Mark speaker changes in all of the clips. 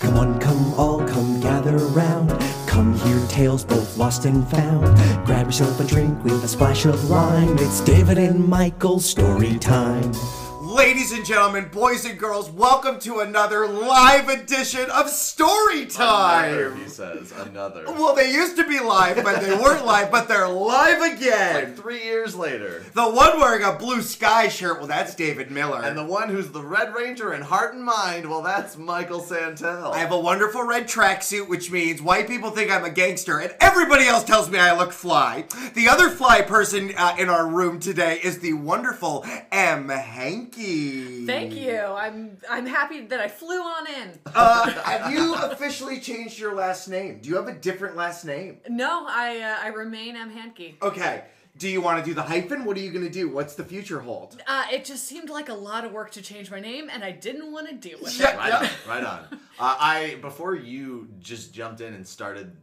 Speaker 1: Come one, come all, come gather round. Come hear tales both lost and found. Grab yourself a drink with a splash of lime. It's David and Michael's story time.
Speaker 2: Ladies and gentlemen, boys and girls, welcome to another live edition of Story
Speaker 3: Another,
Speaker 2: Time.
Speaker 3: he says. Another.
Speaker 2: Well, they used to be live, but they weren't live, but they're live
Speaker 3: Like
Speaker 2: again.
Speaker 3: three years later.
Speaker 2: The one wearing a blue sky shirt, well, that's David Miller.
Speaker 3: And the one who's the Red Ranger in heart and mind, well, that's Michael Santel.
Speaker 2: I have a wonderful red tracksuit, which means white people think I'm a gangster, and everybody else tells me I look fly. The other fly person uh, in our room today is the wonderful M. Hanky.
Speaker 4: Thank you. I'm I'm happy that I flew on in.
Speaker 2: Uh, have you officially changed your last name? Do you have a different last name?
Speaker 4: No, I uh, I remain M Hankey.
Speaker 2: Okay. Do you want to do the hyphen? What are you going to do? What's the future hold?
Speaker 4: Uh, it just seemed like a lot of work to change my name, and I didn't want to deal with
Speaker 2: Yeah.
Speaker 4: it.
Speaker 3: right on, right on. Uh, I before you just jumped in and started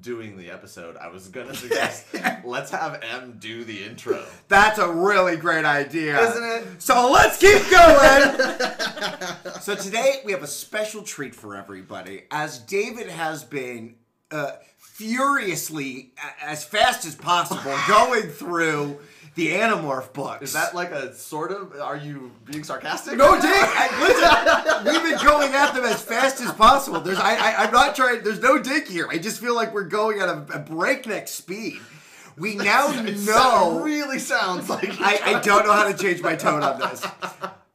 Speaker 3: doing the episode, I was gonna suggest let's have M do the intro.
Speaker 2: That's a really great idea.
Speaker 3: Isn't it?
Speaker 2: So let's keep going. so today we have a special treat for everybody. As David has been uh, furiously, a- as fast as possible, going through the Animorph books.
Speaker 3: Is that like a sort of? Are you being sarcastic?
Speaker 2: No, Jake. I, listen, we've been going at them as fast as possible. There's, I, I, I'm not trying. There's no dig here. I just feel like we're going at a, a breakneck speed. We now
Speaker 3: No,
Speaker 2: know.
Speaker 3: really sounds like
Speaker 2: I, I don't know how to change my tone on this.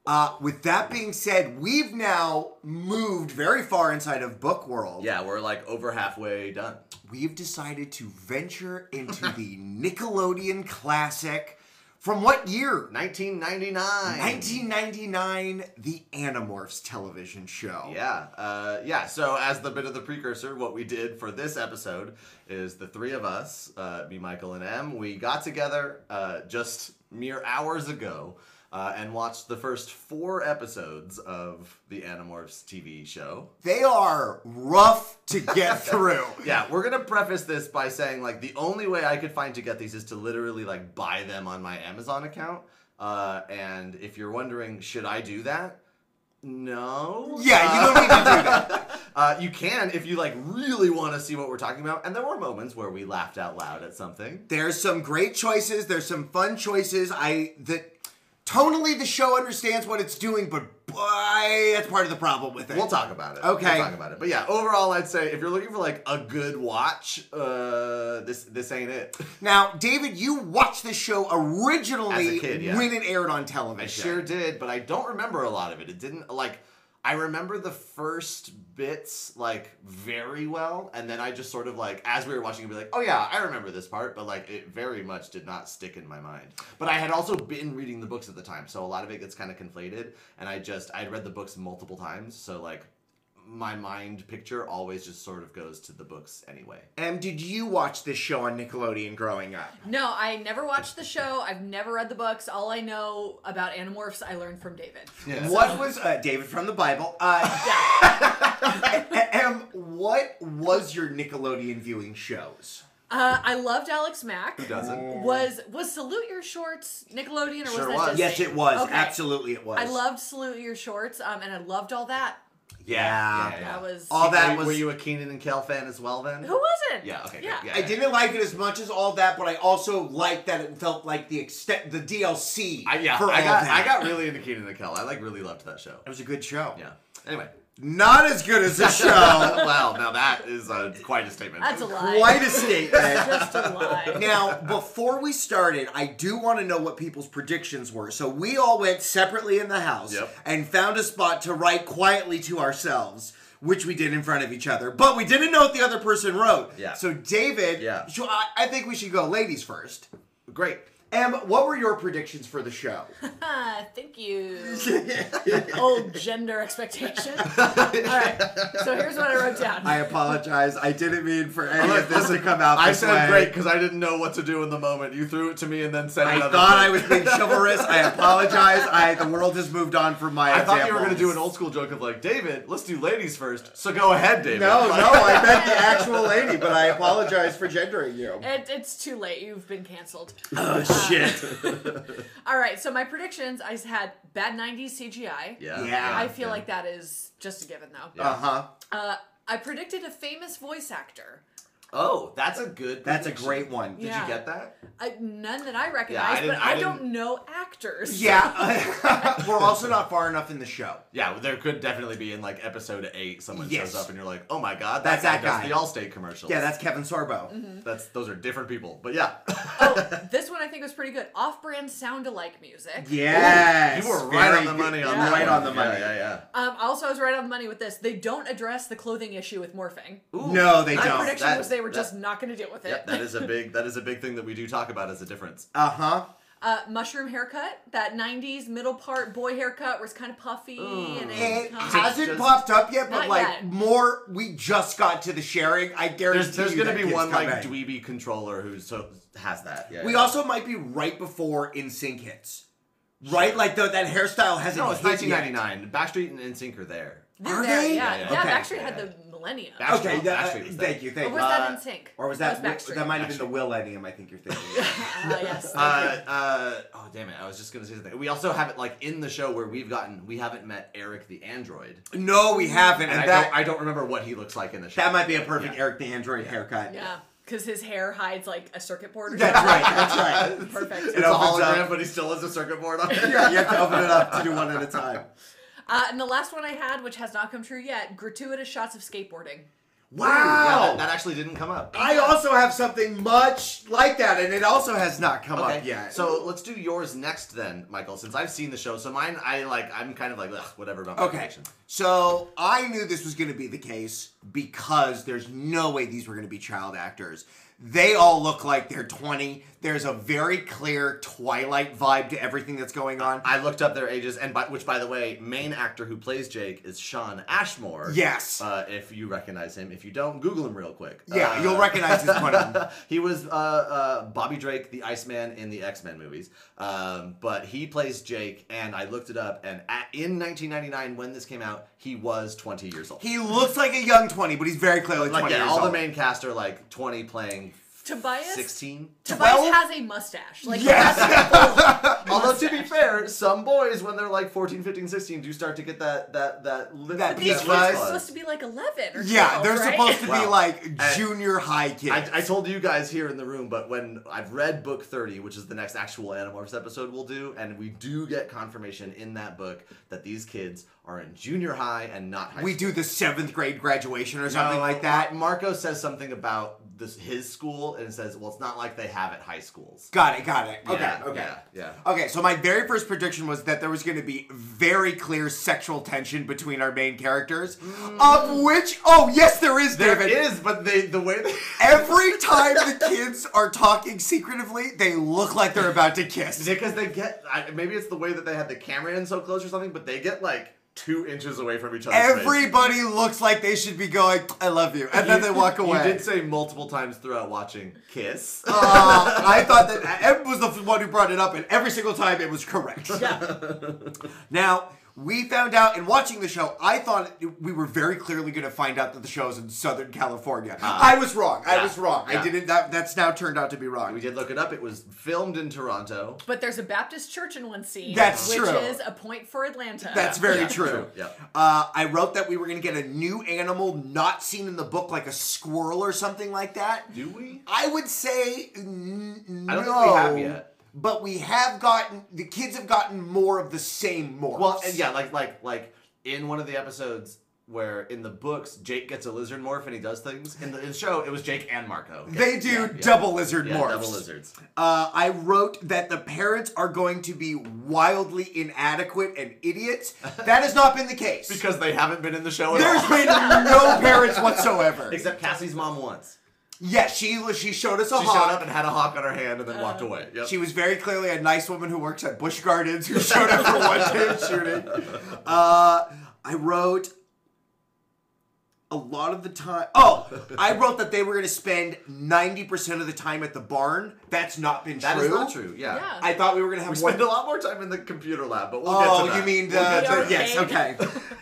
Speaker 2: Uh, with that being said, we've now moved very far inside of book world.
Speaker 3: Yeah, we're like over halfway done.
Speaker 2: We've decided to venture into the Nickelodeon classic from what year?
Speaker 3: 1999.
Speaker 2: 1999, the Animorphs television show.
Speaker 3: Yeah, uh, yeah. So as the bit of the precursor, what we did for this episode is the three of us, uh, me, Michael, and M, we got together uh, just mere hours ago uh, and watched the first four episodes of the Animorphs TV show.
Speaker 2: They are rough to get through.
Speaker 3: Yeah, we're gonna preface this by saying like the only way I could find to get these is to literally like buy them on my Amazon account. Uh, and if you're wondering, should I do that? No.
Speaker 2: Yeah, you don't need to do that.
Speaker 3: Uh, you can if you like really want to see what we're talking about. And there were moments where we laughed out loud at something.
Speaker 2: There's some great choices. There's some fun choices. I that tonally the show understands what it's doing, but boy, that's part of the problem with it.
Speaker 3: We'll talk about it.
Speaker 2: Okay.
Speaker 3: We'll talk about it. But yeah, overall, I'd say if you're looking for like a good watch, uh, this this ain't it.
Speaker 2: Now, David, you watched this show originally
Speaker 3: As a kid, yeah.
Speaker 2: when it aired on
Speaker 3: I
Speaker 2: television.
Speaker 3: sure did, but I don't remember a lot of it. It didn't like I remember the first bits like very well, and then I just sort of like as we were watching it, be like, oh yeah, I remember this part, but like it very much did not stick in my mind. But I had also been reading the books at the time, so a lot of it gets kind of conflated, and I just I'd read the books multiple times, so like my mind picture always just sort of goes to the books anyway.
Speaker 2: And did you watch this show on Nickelodeon growing up?
Speaker 4: No, I never watched the show. I've never read the books. All I know about Animorphs I learned from David.
Speaker 2: What was uh, David from the Bible? Uh,
Speaker 4: Yeah.
Speaker 2: Em, what was your Nickelodeon viewing shows?
Speaker 4: Uh, I loved Alex Mack. Who
Speaker 3: Doesn't.
Speaker 4: Was was Salute Your Shorts Nickelodeon or
Speaker 3: Sure
Speaker 4: was that
Speaker 3: was.
Speaker 4: Disney?
Speaker 2: Yes, it was.
Speaker 4: Okay.
Speaker 2: Absolutely, it was.
Speaker 4: I loved Salute Your Shorts, um, and I loved all that.
Speaker 2: Yeah.
Speaker 3: Yeah, yeah.
Speaker 4: That was
Speaker 2: All that
Speaker 3: Were you-
Speaker 2: was.
Speaker 3: Were you a Keenan and Kel fan as well then?
Speaker 4: Who wasn't?
Speaker 3: Yeah. Okay. good.
Speaker 4: Yeah.
Speaker 3: yeah.
Speaker 2: I didn't like it as much as all that, but I also liked that it felt like the extent, the DLC.
Speaker 3: I, yeah,
Speaker 2: for
Speaker 3: I
Speaker 2: all
Speaker 3: got
Speaker 2: that.
Speaker 3: I got really into Keenan and Kel. I like really loved that show.
Speaker 2: It was a good show.
Speaker 3: Yeah. Anyway.
Speaker 2: Not as good as the show.
Speaker 3: wow. Now that is uh, quite a statement.
Speaker 4: That's a lie.
Speaker 2: Quite a statement.
Speaker 4: Just a lie.
Speaker 2: Now, before we started, I do want to know what people's predictions were. So we all went separately in the house
Speaker 3: Yep.
Speaker 2: and found a spot to write quietly to ourselves, which we did in front of each other. But we didn't know what the other person wrote.
Speaker 3: Yeah.
Speaker 2: So David,
Speaker 3: Yeah.
Speaker 2: so I, I think we should go ladies first.
Speaker 3: Great.
Speaker 2: Em, what were your predictions for the show?
Speaker 4: Ah, thank you. Old gender expectation. All right. So here's what I wrote down.
Speaker 2: I apologize. I didn't mean for any of this to come out.
Speaker 3: I
Speaker 2: this
Speaker 3: said
Speaker 2: way.
Speaker 3: great because I didn't know what to do in the moment. You threw it to me and then said
Speaker 2: I
Speaker 3: another.
Speaker 2: thought I
Speaker 3: joke.
Speaker 2: was being chivalrous. I apologize. I the world has moved on from my.
Speaker 3: I thought you were going to do an
Speaker 2: examples.
Speaker 3: old school joke of like, David, let's do ladies first. So go ahead, David.
Speaker 2: No,
Speaker 3: Like,
Speaker 2: no, I meant the actual lady, but I apologize for gendering you.
Speaker 4: It, it's too late. You've been canceled.
Speaker 2: shit.
Speaker 4: All right, so my predictions I had bad 90s CGI.
Speaker 3: Yeah.
Speaker 2: Yeah.
Speaker 4: I feel
Speaker 3: yeah.
Speaker 4: like that is just a given though.
Speaker 3: Yeah.
Speaker 2: Uh huh.
Speaker 4: Uh, I predicted a famous voice actor.
Speaker 3: Oh, that's a good.
Speaker 2: That's a
Speaker 3: prediction.
Speaker 2: great one.
Speaker 3: Did
Speaker 4: Yeah.
Speaker 3: you get that?
Speaker 4: I, none that I recognize,
Speaker 3: didn't-
Speaker 4: but
Speaker 3: I
Speaker 4: I, don't
Speaker 3: didn't-
Speaker 4: know actors.
Speaker 2: Yeah. We're also not far enough in the show.
Speaker 3: Yeah, there could definitely be in like episode eight, someone
Speaker 2: Yes.
Speaker 3: shows up and you're like, oh my god,
Speaker 2: That's
Speaker 3: that
Speaker 2: that
Speaker 3: guy
Speaker 2: guy.
Speaker 3: does the Allstate commercials.
Speaker 2: Yeah, that's Kevin Sorbo.
Speaker 4: Mm-hmm.
Speaker 3: that's those are different people. But yeah,
Speaker 4: Oh, this one I think was pretty good. Off-brand sound-alike music.
Speaker 2: Yes.
Speaker 3: you were right
Speaker 2: Very
Speaker 3: on the
Speaker 2: good.
Speaker 3: money on
Speaker 4: Yeah.
Speaker 3: that.
Speaker 2: Right
Speaker 3: one.
Speaker 2: on the money.
Speaker 3: Yeah, yeah.
Speaker 4: Um, also, I was right on the money with this. They don't address the clothing issue with morphing.
Speaker 3: yeah. Ooh,
Speaker 2: No, they
Speaker 3: nice.
Speaker 4: My
Speaker 2: don't.
Speaker 4: prediction
Speaker 3: That-
Speaker 4: was they were
Speaker 3: that-
Speaker 4: just not going to deal with it.
Speaker 3: Yep, that is a big that is a big thing that we do talk about as a difference.
Speaker 2: Uh huh.
Speaker 4: uh, mushroom haircut, that '90s middle part boy haircut, where it's kind of puffy and
Speaker 2: It
Speaker 4: it kinda-
Speaker 2: hasn't
Speaker 3: just-
Speaker 2: popped up yet, but
Speaker 4: Not
Speaker 2: like
Speaker 4: yet.
Speaker 2: more. We just got to the sharing. I guarantee
Speaker 3: There's there's
Speaker 2: you
Speaker 3: gonna
Speaker 2: that
Speaker 3: be
Speaker 2: kid's
Speaker 3: one like
Speaker 2: coming.
Speaker 3: dweeby controller who so has that. Yeah,
Speaker 2: We
Speaker 3: yeah.
Speaker 2: also might be right before In Sync hits, right? Like though that hairstyle hasn't.
Speaker 3: no, it's
Speaker 2: hit yet.
Speaker 3: 1999. Backstreet and NSYNC are there.
Speaker 4: They're
Speaker 2: Are
Speaker 4: there,
Speaker 2: they?
Speaker 4: Yeah,
Speaker 3: Yeah,
Speaker 4: yeah.
Speaker 3: yeah.
Speaker 2: Okay.
Speaker 4: Backstreet had the millennium.
Speaker 3: Backstreet
Speaker 2: Okay,
Speaker 3: Actually,
Speaker 2: that- uh,
Speaker 3: actually, it was
Speaker 2: thank
Speaker 3: that.
Speaker 2: you,
Speaker 4: Or
Speaker 2: thank you.
Speaker 4: was that
Speaker 3: Uh,
Speaker 4: in sync?
Speaker 2: or was that
Speaker 4: that was Backstreet?
Speaker 2: that might have been the Millennium? I think you're thinking. of.
Speaker 4: Ah, yes.
Speaker 3: Uh, uh, oh damn it! I was just gonna say something. We also have it like in the show where we've gotten we haven't met Eric the android,
Speaker 2: no, we haven't,
Speaker 3: and,
Speaker 2: and
Speaker 3: I,
Speaker 2: that
Speaker 3: don't, I don't remember what he looks like in the show.
Speaker 2: that might be a perfect
Speaker 3: Yeah.
Speaker 2: Eric the Android haircut.
Speaker 4: yeah, because his hair hides like a circuit board. Or
Speaker 2: That's
Speaker 4: something.
Speaker 2: right. That's right.
Speaker 4: Perfect.
Speaker 2: It
Speaker 3: It's a
Speaker 2: opens
Speaker 3: hologram,
Speaker 2: up.
Speaker 3: but he still has a circuit board on. it.
Speaker 2: Yeah, you have to open it up to do one at a time.
Speaker 4: Uh, and the last one I had, which has not come true yet, gratuitous shots of skateboarding.
Speaker 2: Wow.
Speaker 3: Yeah, that, that actually didn't come up.
Speaker 2: I also have something much like that, and it also has not come up yet.
Speaker 3: So let's do yours next then, Michael, since I've seen the show. So mine, I like, I'm kind of like, ugh, whatever about my
Speaker 2: Okay.
Speaker 3: prediction.
Speaker 2: So I knew this was going to be the case because there's no way these were going to be child actors. They all look like they're 20. There's a very clear Twilight vibe to everything that's going on.
Speaker 3: I looked up their ages, and by, which, by the way, main actor who plays Jake is Sean Ashmore.
Speaker 2: Yes.
Speaker 3: Uh, if you recognize him, if you don't, Google him real quick.
Speaker 2: yeah,
Speaker 3: Uh,
Speaker 2: you'll recognize this one.
Speaker 3: he was uh, uh, Bobby Drake, the Iceman in the X Men movies. Um, but he plays Jake, and I looked it up, and at, in 1999, when this came out, he was 20 years old.
Speaker 2: He looks like a young 20, but he's very clearly 20
Speaker 3: like, yeah,
Speaker 2: years
Speaker 3: all
Speaker 2: old.
Speaker 3: the main cast are like 20 playing
Speaker 4: Tobias.
Speaker 3: 16.
Speaker 4: Tobias
Speaker 2: 12?
Speaker 4: has a mustache. Like
Speaker 2: Yes!
Speaker 3: Although to be fair, some boys when they're like 14, 15, 16 do start to get that that that lip,
Speaker 2: That
Speaker 4: these
Speaker 2: Yes,
Speaker 4: kids
Speaker 2: right.
Speaker 4: are
Speaker 2: was-
Speaker 4: supposed to be like eleven or
Speaker 2: yeah,
Speaker 4: 12,
Speaker 2: they're
Speaker 4: right?
Speaker 2: supposed to be
Speaker 3: Wow.
Speaker 2: like
Speaker 3: I-
Speaker 2: junior high kids.
Speaker 3: I, I told you guys here in the room, but when I've read book 30, which is the next actual Animorphs episode we'll do, and we do get confirmation in that book that these kids are in junior high and not high
Speaker 2: we
Speaker 3: school.
Speaker 2: do the seventh grade graduation or
Speaker 3: No,
Speaker 2: something like that.
Speaker 3: Marco says something about this his school and it says, well, it's not like they have at high schools.
Speaker 2: Got it, got it. Okay,
Speaker 3: Yeah,
Speaker 2: okay.
Speaker 3: yeah, yeah.
Speaker 2: Okay, so my very first prediction was that there was going to be very clear sexual tension between our main characters, of which, oh, yes, there is,
Speaker 3: Mm. There
Speaker 2: David.
Speaker 3: is, but they the way they
Speaker 2: Every time the kids are talking secretively, they look like they're about to kiss.
Speaker 3: because they get I, maybe it's the way that they had the camera in so close or something, but they get like two inches away from each other.
Speaker 2: Everybody looks like they should be going, I love you. And then they walk away.
Speaker 3: You did say multiple times throughout watching kiss.
Speaker 2: Uh, I thought that Em was the one who brought it up, and every single time it was correct. now, we found out in watching the show, I thought it- we were very clearly going to find out that the show is in Southern California. I was wrong. I
Speaker 3: Ah. yeah,
Speaker 2: was wrong.
Speaker 3: yeah.
Speaker 2: I didn't. That, that's now turned out to be wrong.
Speaker 3: we did look it up. It was filmed in Toronto.
Speaker 4: But there's a Baptist church in one scene.
Speaker 2: That's
Speaker 4: which
Speaker 2: true.
Speaker 4: is a point for Atlanta.
Speaker 2: That's very
Speaker 3: yeah,
Speaker 2: true.
Speaker 3: true, yeah.
Speaker 2: Uh, I wrote that we were going to get a new animal not seen in the book, like a squirrel or something like that.
Speaker 3: Do we?
Speaker 2: I would say n-
Speaker 3: I don't
Speaker 2: no,
Speaker 3: think we have yet.
Speaker 2: But we have gotten the kids have gotten more of the same morphs.
Speaker 3: Well, and yeah, like like like in one of the episodes where in the books Jake gets a lizard morph and he does things. In the, in the show, it was Jake and Marco.
Speaker 2: they do
Speaker 3: Yeah, yeah.
Speaker 2: double lizard
Speaker 3: Yeah,
Speaker 2: morphs.
Speaker 3: double lizards.
Speaker 2: Uh, I wrote that the parents are going to be wildly inadequate and idiots. That has not been the case.
Speaker 3: Because they haven't been in the show at
Speaker 2: there's
Speaker 3: all.
Speaker 2: been no parents whatsoever.
Speaker 3: Except Cassie's mom once.
Speaker 2: Yeah, she was- she showed us a
Speaker 3: She
Speaker 2: hawk.
Speaker 3: showed up and had a hawk on her hand and then walked away. Yep.
Speaker 2: She was very clearly a nice woman who works at Bush Gardens who showed up for one day of shooting. Uh, I wrote. a lot of the time. Oh, I wrote that they were going to spend ninety percent of the time at the barn. That's not been
Speaker 3: That
Speaker 2: true.
Speaker 3: is not true. Yeah.
Speaker 4: Yeah.
Speaker 2: I thought we were going to
Speaker 3: We
Speaker 2: have one.
Speaker 3: spend a lot more time in the computer lab, but we'll
Speaker 2: Oh,
Speaker 3: get to that.
Speaker 2: you mean the,
Speaker 4: We'll get to
Speaker 2: the-
Speaker 4: that.
Speaker 2: yes?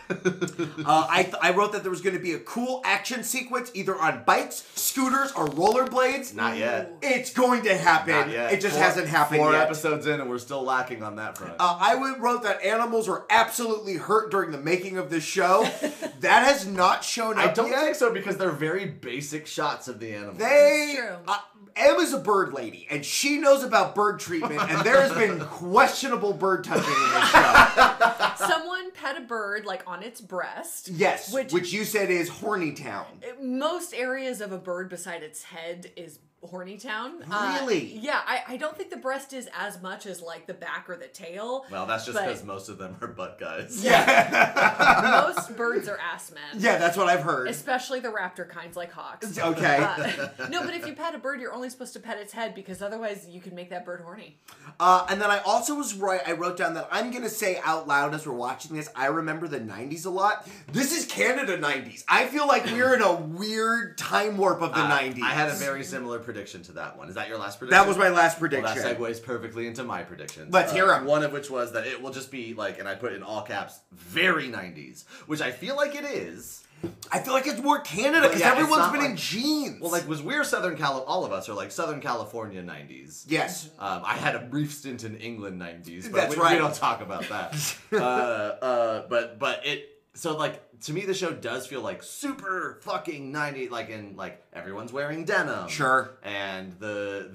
Speaker 2: Okay. uh, I th- I wrote that there was going to be a cool action sequence either on bikes, scooters, or rollerblades.
Speaker 3: not yet.
Speaker 2: It's going to happen.
Speaker 3: Not yet.
Speaker 2: It just
Speaker 3: Four-
Speaker 2: hasn't happened
Speaker 3: Four
Speaker 2: yet.
Speaker 3: episodes in, and we're still lacking on that front.
Speaker 2: Uh, I would- wrote that animals were absolutely hurt during the making of this show. that has not shown up
Speaker 3: I don't
Speaker 2: yet.
Speaker 3: think so because they're very basic shots of the animal.
Speaker 2: uh, They
Speaker 4: It's true.
Speaker 2: Uh, Emma's a bird lady, and she knows about bird treatment, and there has been questionable bird touching in this show.
Speaker 4: Someone pet a bird like on its breast.
Speaker 2: Yes,
Speaker 4: Which-
Speaker 2: which, you said is Horny Town.
Speaker 4: Most areas of a bird beside its head is horny town. Uh,
Speaker 2: Really?
Speaker 4: yeah, I, I don't think the breast is as much as like the back or the tail.
Speaker 3: well, that's just
Speaker 4: but
Speaker 3: because most of them are butt guys.
Speaker 2: Yeah,
Speaker 4: most birds are ass men.
Speaker 2: yeah, that's what I've heard.
Speaker 4: Especially the raptor kinds like hawks.
Speaker 2: Okay.
Speaker 4: Uh, no, but if you pet a bird, you're only supposed to pet its head because otherwise you can make that bird horny.
Speaker 2: Uh, and then I also was right. I wrote down that I'm gonna say out loud as we're watching this. I remember the '90s a lot. This is Canada '90s. I feel like we're in a weird time warp of the
Speaker 3: Uh,
Speaker 2: '90s.
Speaker 3: I had a very similar prediction to that one. Is that your last prediction?
Speaker 2: That was my last
Speaker 3: Well,
Speaker 2: prediction.
Speaker 3: that segues perfectly into my predictions.
Speaker 2: Let's hear 'em.
Speaker 3: One of which was that it will just be like, and I put in all caps, very 90s, which I feel like it is.
Speaker 2: I feel like it's more Canada because
Speaker 3: Yeah, it's
Speaker 2: everyone's
Speaker 3: not
Speaker 2: been in
Speaker 3: like-
Speaker 2: jeans.
Speaker 3: Well, like, was we're Southern Cali, all of us are like Southern California 90s.
Speaker 2: yes.
Speaker 3: Um, I had a brief stint in England '90s, but
Speaker 2: That's
Speaker 3: we, we
Speaker 2: right.
Speaker 3: don't talk about that. uh, uh, but but it so like to me the show does feel like super fucking '90s, like in like everyone's wearing denim,
Speaker 2: Sure.
Speaker 3: and the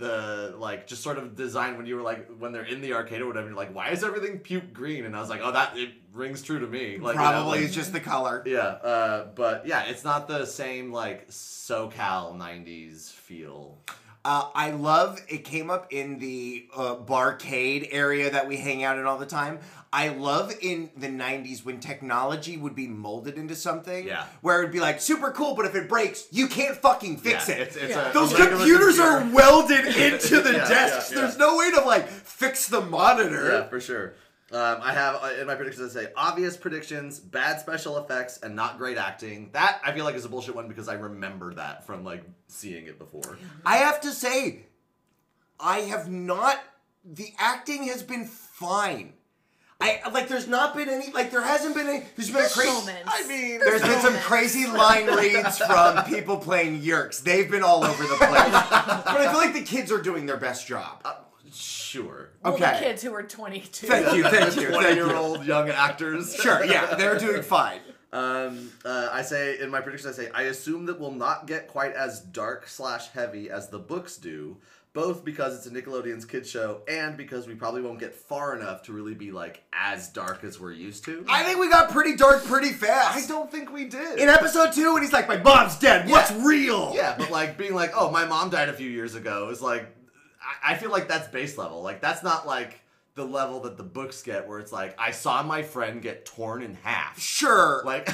Speaker 3: the like just sort of design when you were like when they're in the arcade or whatever, you're like, why is everything puke green? And I was like, oh, that it rings true to me. Like you know,
Speaker 2: Probably
Speaker 3: like-
Speaker 2: it's just the color.
Speaker 3: yeah, uh, but yeah, it's not the same like SoCal '90s feel.
Speaker 2: Uh, I love it came up in the uh, barcade area that we hang out in all the time. I love in the 90s when technology would be molded into something
Speaker 3: Yeah.
Speaker 2: where it would be like super cool, but if it breaks, you can't fucking fix
Speaker 3: Yeah,
Speaker 2: it.
Speaker 3: it's- it's
Speaker 4: Yeah.
Speaker 3: a-
Speaker 2: Those
Speaker 3: a regular
Speaker 2: computers
Speaker 3: computer.
Speaker 2: are welded into the
Speaker 3: Yeah, yeah,
Speaker 2: desks.
Speaker 3: yeah.
Speaker 2: There's no way to like fix the monitor.
Speaker 3: Yeah, for sure. Um, I have uh, in my predictions I say obvious predictions, bad special effects, and not great acting. That I feel like is a bullshit one because I remember that from like seeing it before.
Speaker 2: I have to say, I have not. The acting has been fine. I like. There's not been any. Like there hasn't been any. There's been a
Speaker 4: There's
Speaker 2: crazy.
Speaker 4: moments.
Speaker 2: I mean, there's been some
Speaker 4: moments.
Speaker 2: crazy line reads from people playing Yerks. They've been all over the place. but I feel like the kids are doing their best job.
Speaker 3: Uh, Sure.
Speaker 4: Well, the
Speaker 2: Okay.
Speaker 4: kids who are 22.
Speaker 2: Thank you. Thank you. Thank you.
Speaker 3: Twenty-year-old young actors.
Speaker 2: Sure. Yeah, they're doing fine.
Speaker 3: Um, uh, I say in my predictions, I say I assume that we'll not get quite as dark slash heavy as the books do, both because it's a Nickelodeon's kid show and because we probably won't get far enough to really be like as dark as we're used to.
Speaker 2: I think we got pretty dark pretty
Speaker 3: I
Speaker 2: fast.
Speaker 3: don't think we did.
Speaker 2: In episode two, and he's like, "My mom's dead. What's real?"
Speaker 3: Yeah, but like being like, oh, my mom died a few years ago is like, I, I feel like that's base level. Like that's not like the level that the books get, where it's like, I saw my friend get torn in half.
Speaker 2: Sure.
Speaker 3: Like,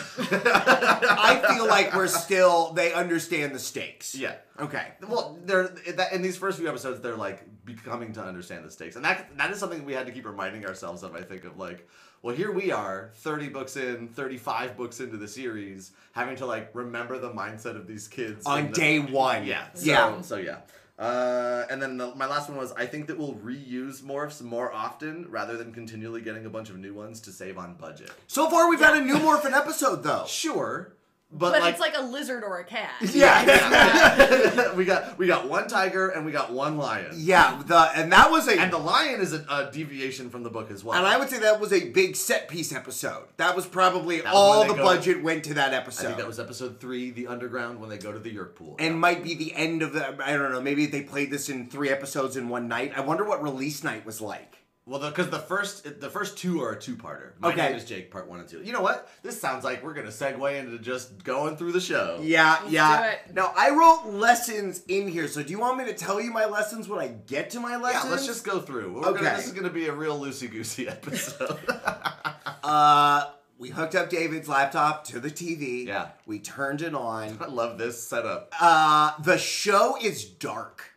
Speaker 2: I feel like we're still. They understand the stakes.
Speaker 3: yeah.
Speaker 2: Okay.
Speaker 3: Well, they're that, in these first few episodes, they're like becoming to understand the stakes, and that that is something we had to keep reminding ourselves of. I think of like, well, here we are, thirty books in, thirty five books into the series, having to like remember the mindset of these kids
Speaker 2: on
Speaker 3: and the-
Speaker 2: day one.
Speaker 3: Yeah. So,
Speaker 2: yeah.
Speaker 3: So yeah. Uh, and then the, my last one was I think that we'll reuse morphs more often rather than continually getting a bunch of new ones to save on budget.
Speaker 2: So far, we've had a new morphin episode though.
Speaker 3: Sure,
Speaker 4: But,
Speaker 3: but, like,
Speaker 4: it's like a lizard or a cat.
Speaker 2: Yeah.
Speaker 3: we got we got one tiger and we got one lion,
Speaker 2: Yeah. The and that was a
Speaker 3: and
Speaker 2: and,
Speaker 3: the lion is a, a deviation from the book as well.
Speaker 2: I would say that was a big set piece episode. That was probably
Speaker 3: was
Speaker 2: all
Speaker 3: when
Speaker 2: the
Speaker 3: they go-
Speaker 2: budget went to that
Speaker 3: I
Speaker 2: episode.
Speaker 3: think that was episode three, the underground, when they go to the Yerk pool.
Speaker 2: and might be the end of the. I don't know. Maybe they played this in three episodes in one night. I wonder what release night was like.
Speaker 3: Well, because the, first the first two are a two parter. My
Speaker 2: Okay.
Speaker 3: name is Jake, part one and two. You know what? This sounds like we're gonna segue into just going through the show.
Speaker 2: Yeah,
Speaker 4: do
Speaker 2: yeah.
Speaker 4: it.
Speaker 2: Now I wrote lessons in here, so do you want me to tell you my lessons when I get to my lessons?
Speaker 3: Yeah, let's just go through. We're gonna-
Speaker 2: Okay.
Speaker 3: this is going to be a real loosey goosey episode.
Speaker 2: Uh, we hooked up David's laptop to the TV.
Speaker 3: Yeah.
Speaker 2: We turned it on.
Speaker 3: I love this setup.
Speaker 2: Uh, the show is dark.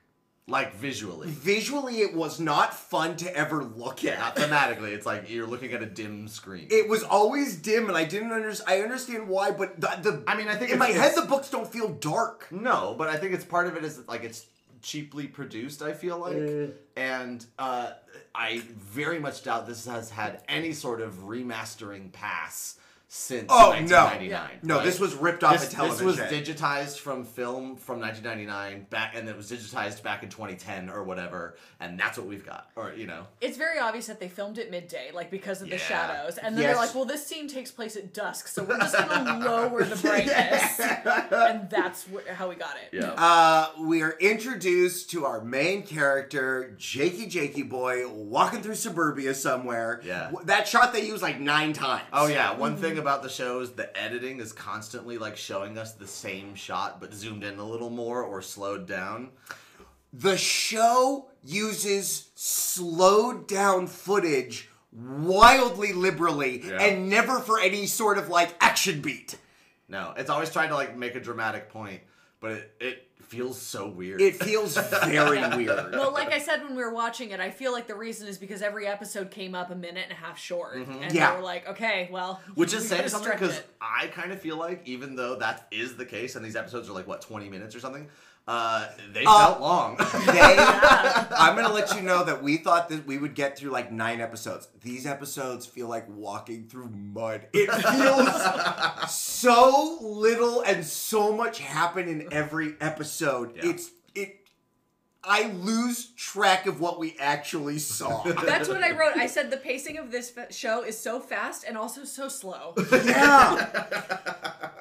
Speaker 3: like visually.
Speaker 2: Visually, it was not fun to ever look
Speaker 3: Not
Speaker 2: at.
Speaker 3: thematically, it's like you're looking at a dim screen.
Speaker 2: It was always dim, and I didn't understand. I understand why, but the, the
Speaker 3: I mean, I think
Speaker 2: in my
Speaker 3: it's-
Speaker 2: head
Speaker 3: it's-
Speaker 2: the books don't feel dark.
Speaker 3: No, but I think it's part of it is that, like it's cheaply produced. I feel like,
Speaker 2: Mm.
Speaker 3: and uh, I very much doubt this has had any sort of remastering pass since
Speaker 2: Oh, no.
Speaker 3: 1999.
Speaker 2: No,
Speaker 3: Like,
Speaker 2: this was ripped off
Speaker 3: this,
Speaker 2: of television.
Speaker 3: This was digitized from film from 1999 back, and it was digitized back in 2010 or whatever, and that's what we've got. Or you know,
Speaker 4: It's very obvious that they filmed it midday, like because of the
Speaker 3: Yeah.
Speaker 4: shadows. And then
Speaker 2: Yes.
Speaker 4: they're like, well, this scene takes place at dusk, so we're just going to lower the brightness. and that's wh- how we got it.
Speaker 2: Uh, we are introduced to our main character, Jakey Jakey Boy, walking through suburbia somewhere.
Speaker 3: Yeah.
Speaker 2: W- That shot they used like nine times.
Speaker 3: Oh yeah, one thing
Speaker 2: Mm-hmm.
Speaker 3: about the show is the editing is constantly like showing us the same shot but zoomed in a little more or slowed down.
Speaker 2: The show uses slowed down footage wildly liberally
Speaker 3: Yeah.
Speaker 2: and never for any sort of like action beat.
Speaker 3: No, it's always trying to like make a dramatic point, but it, it feels so weird.
Speaker 2: It feels very weird.
Speaker 4: Well, like I said when we were watching it, I feel like the reason is because every episode came up a minute and a half short. And
Speaker 2: Yeah.
Speaker 4: they were like, okay, well.
Speaker 3: Mm-hmm. which is
Speaker 4: we
Speaker 3: saying
Speaker 4: gotta
Speaker 3: something
Speaker 4: stretch
Speaker 3: because
Speaker 4: it.
Speaker 3: I kind of feel like even though that is the case, and these episodes are like what twenty minutes or something, uh, they felt long.
Speaker 2: They, I'm gonna let you know that we thought that we would get through like nine episodes. These episodes feel like walking through mud. It feels so little and so much happened in every episode.
Speaker 3: Yeah.
Speaker 2: It's it. I lose track of what we actually saw.
Speaker 4: That's what I wrote. I said the pacing of this f- show is so fast and also so slow.
Speaker 2: yeah.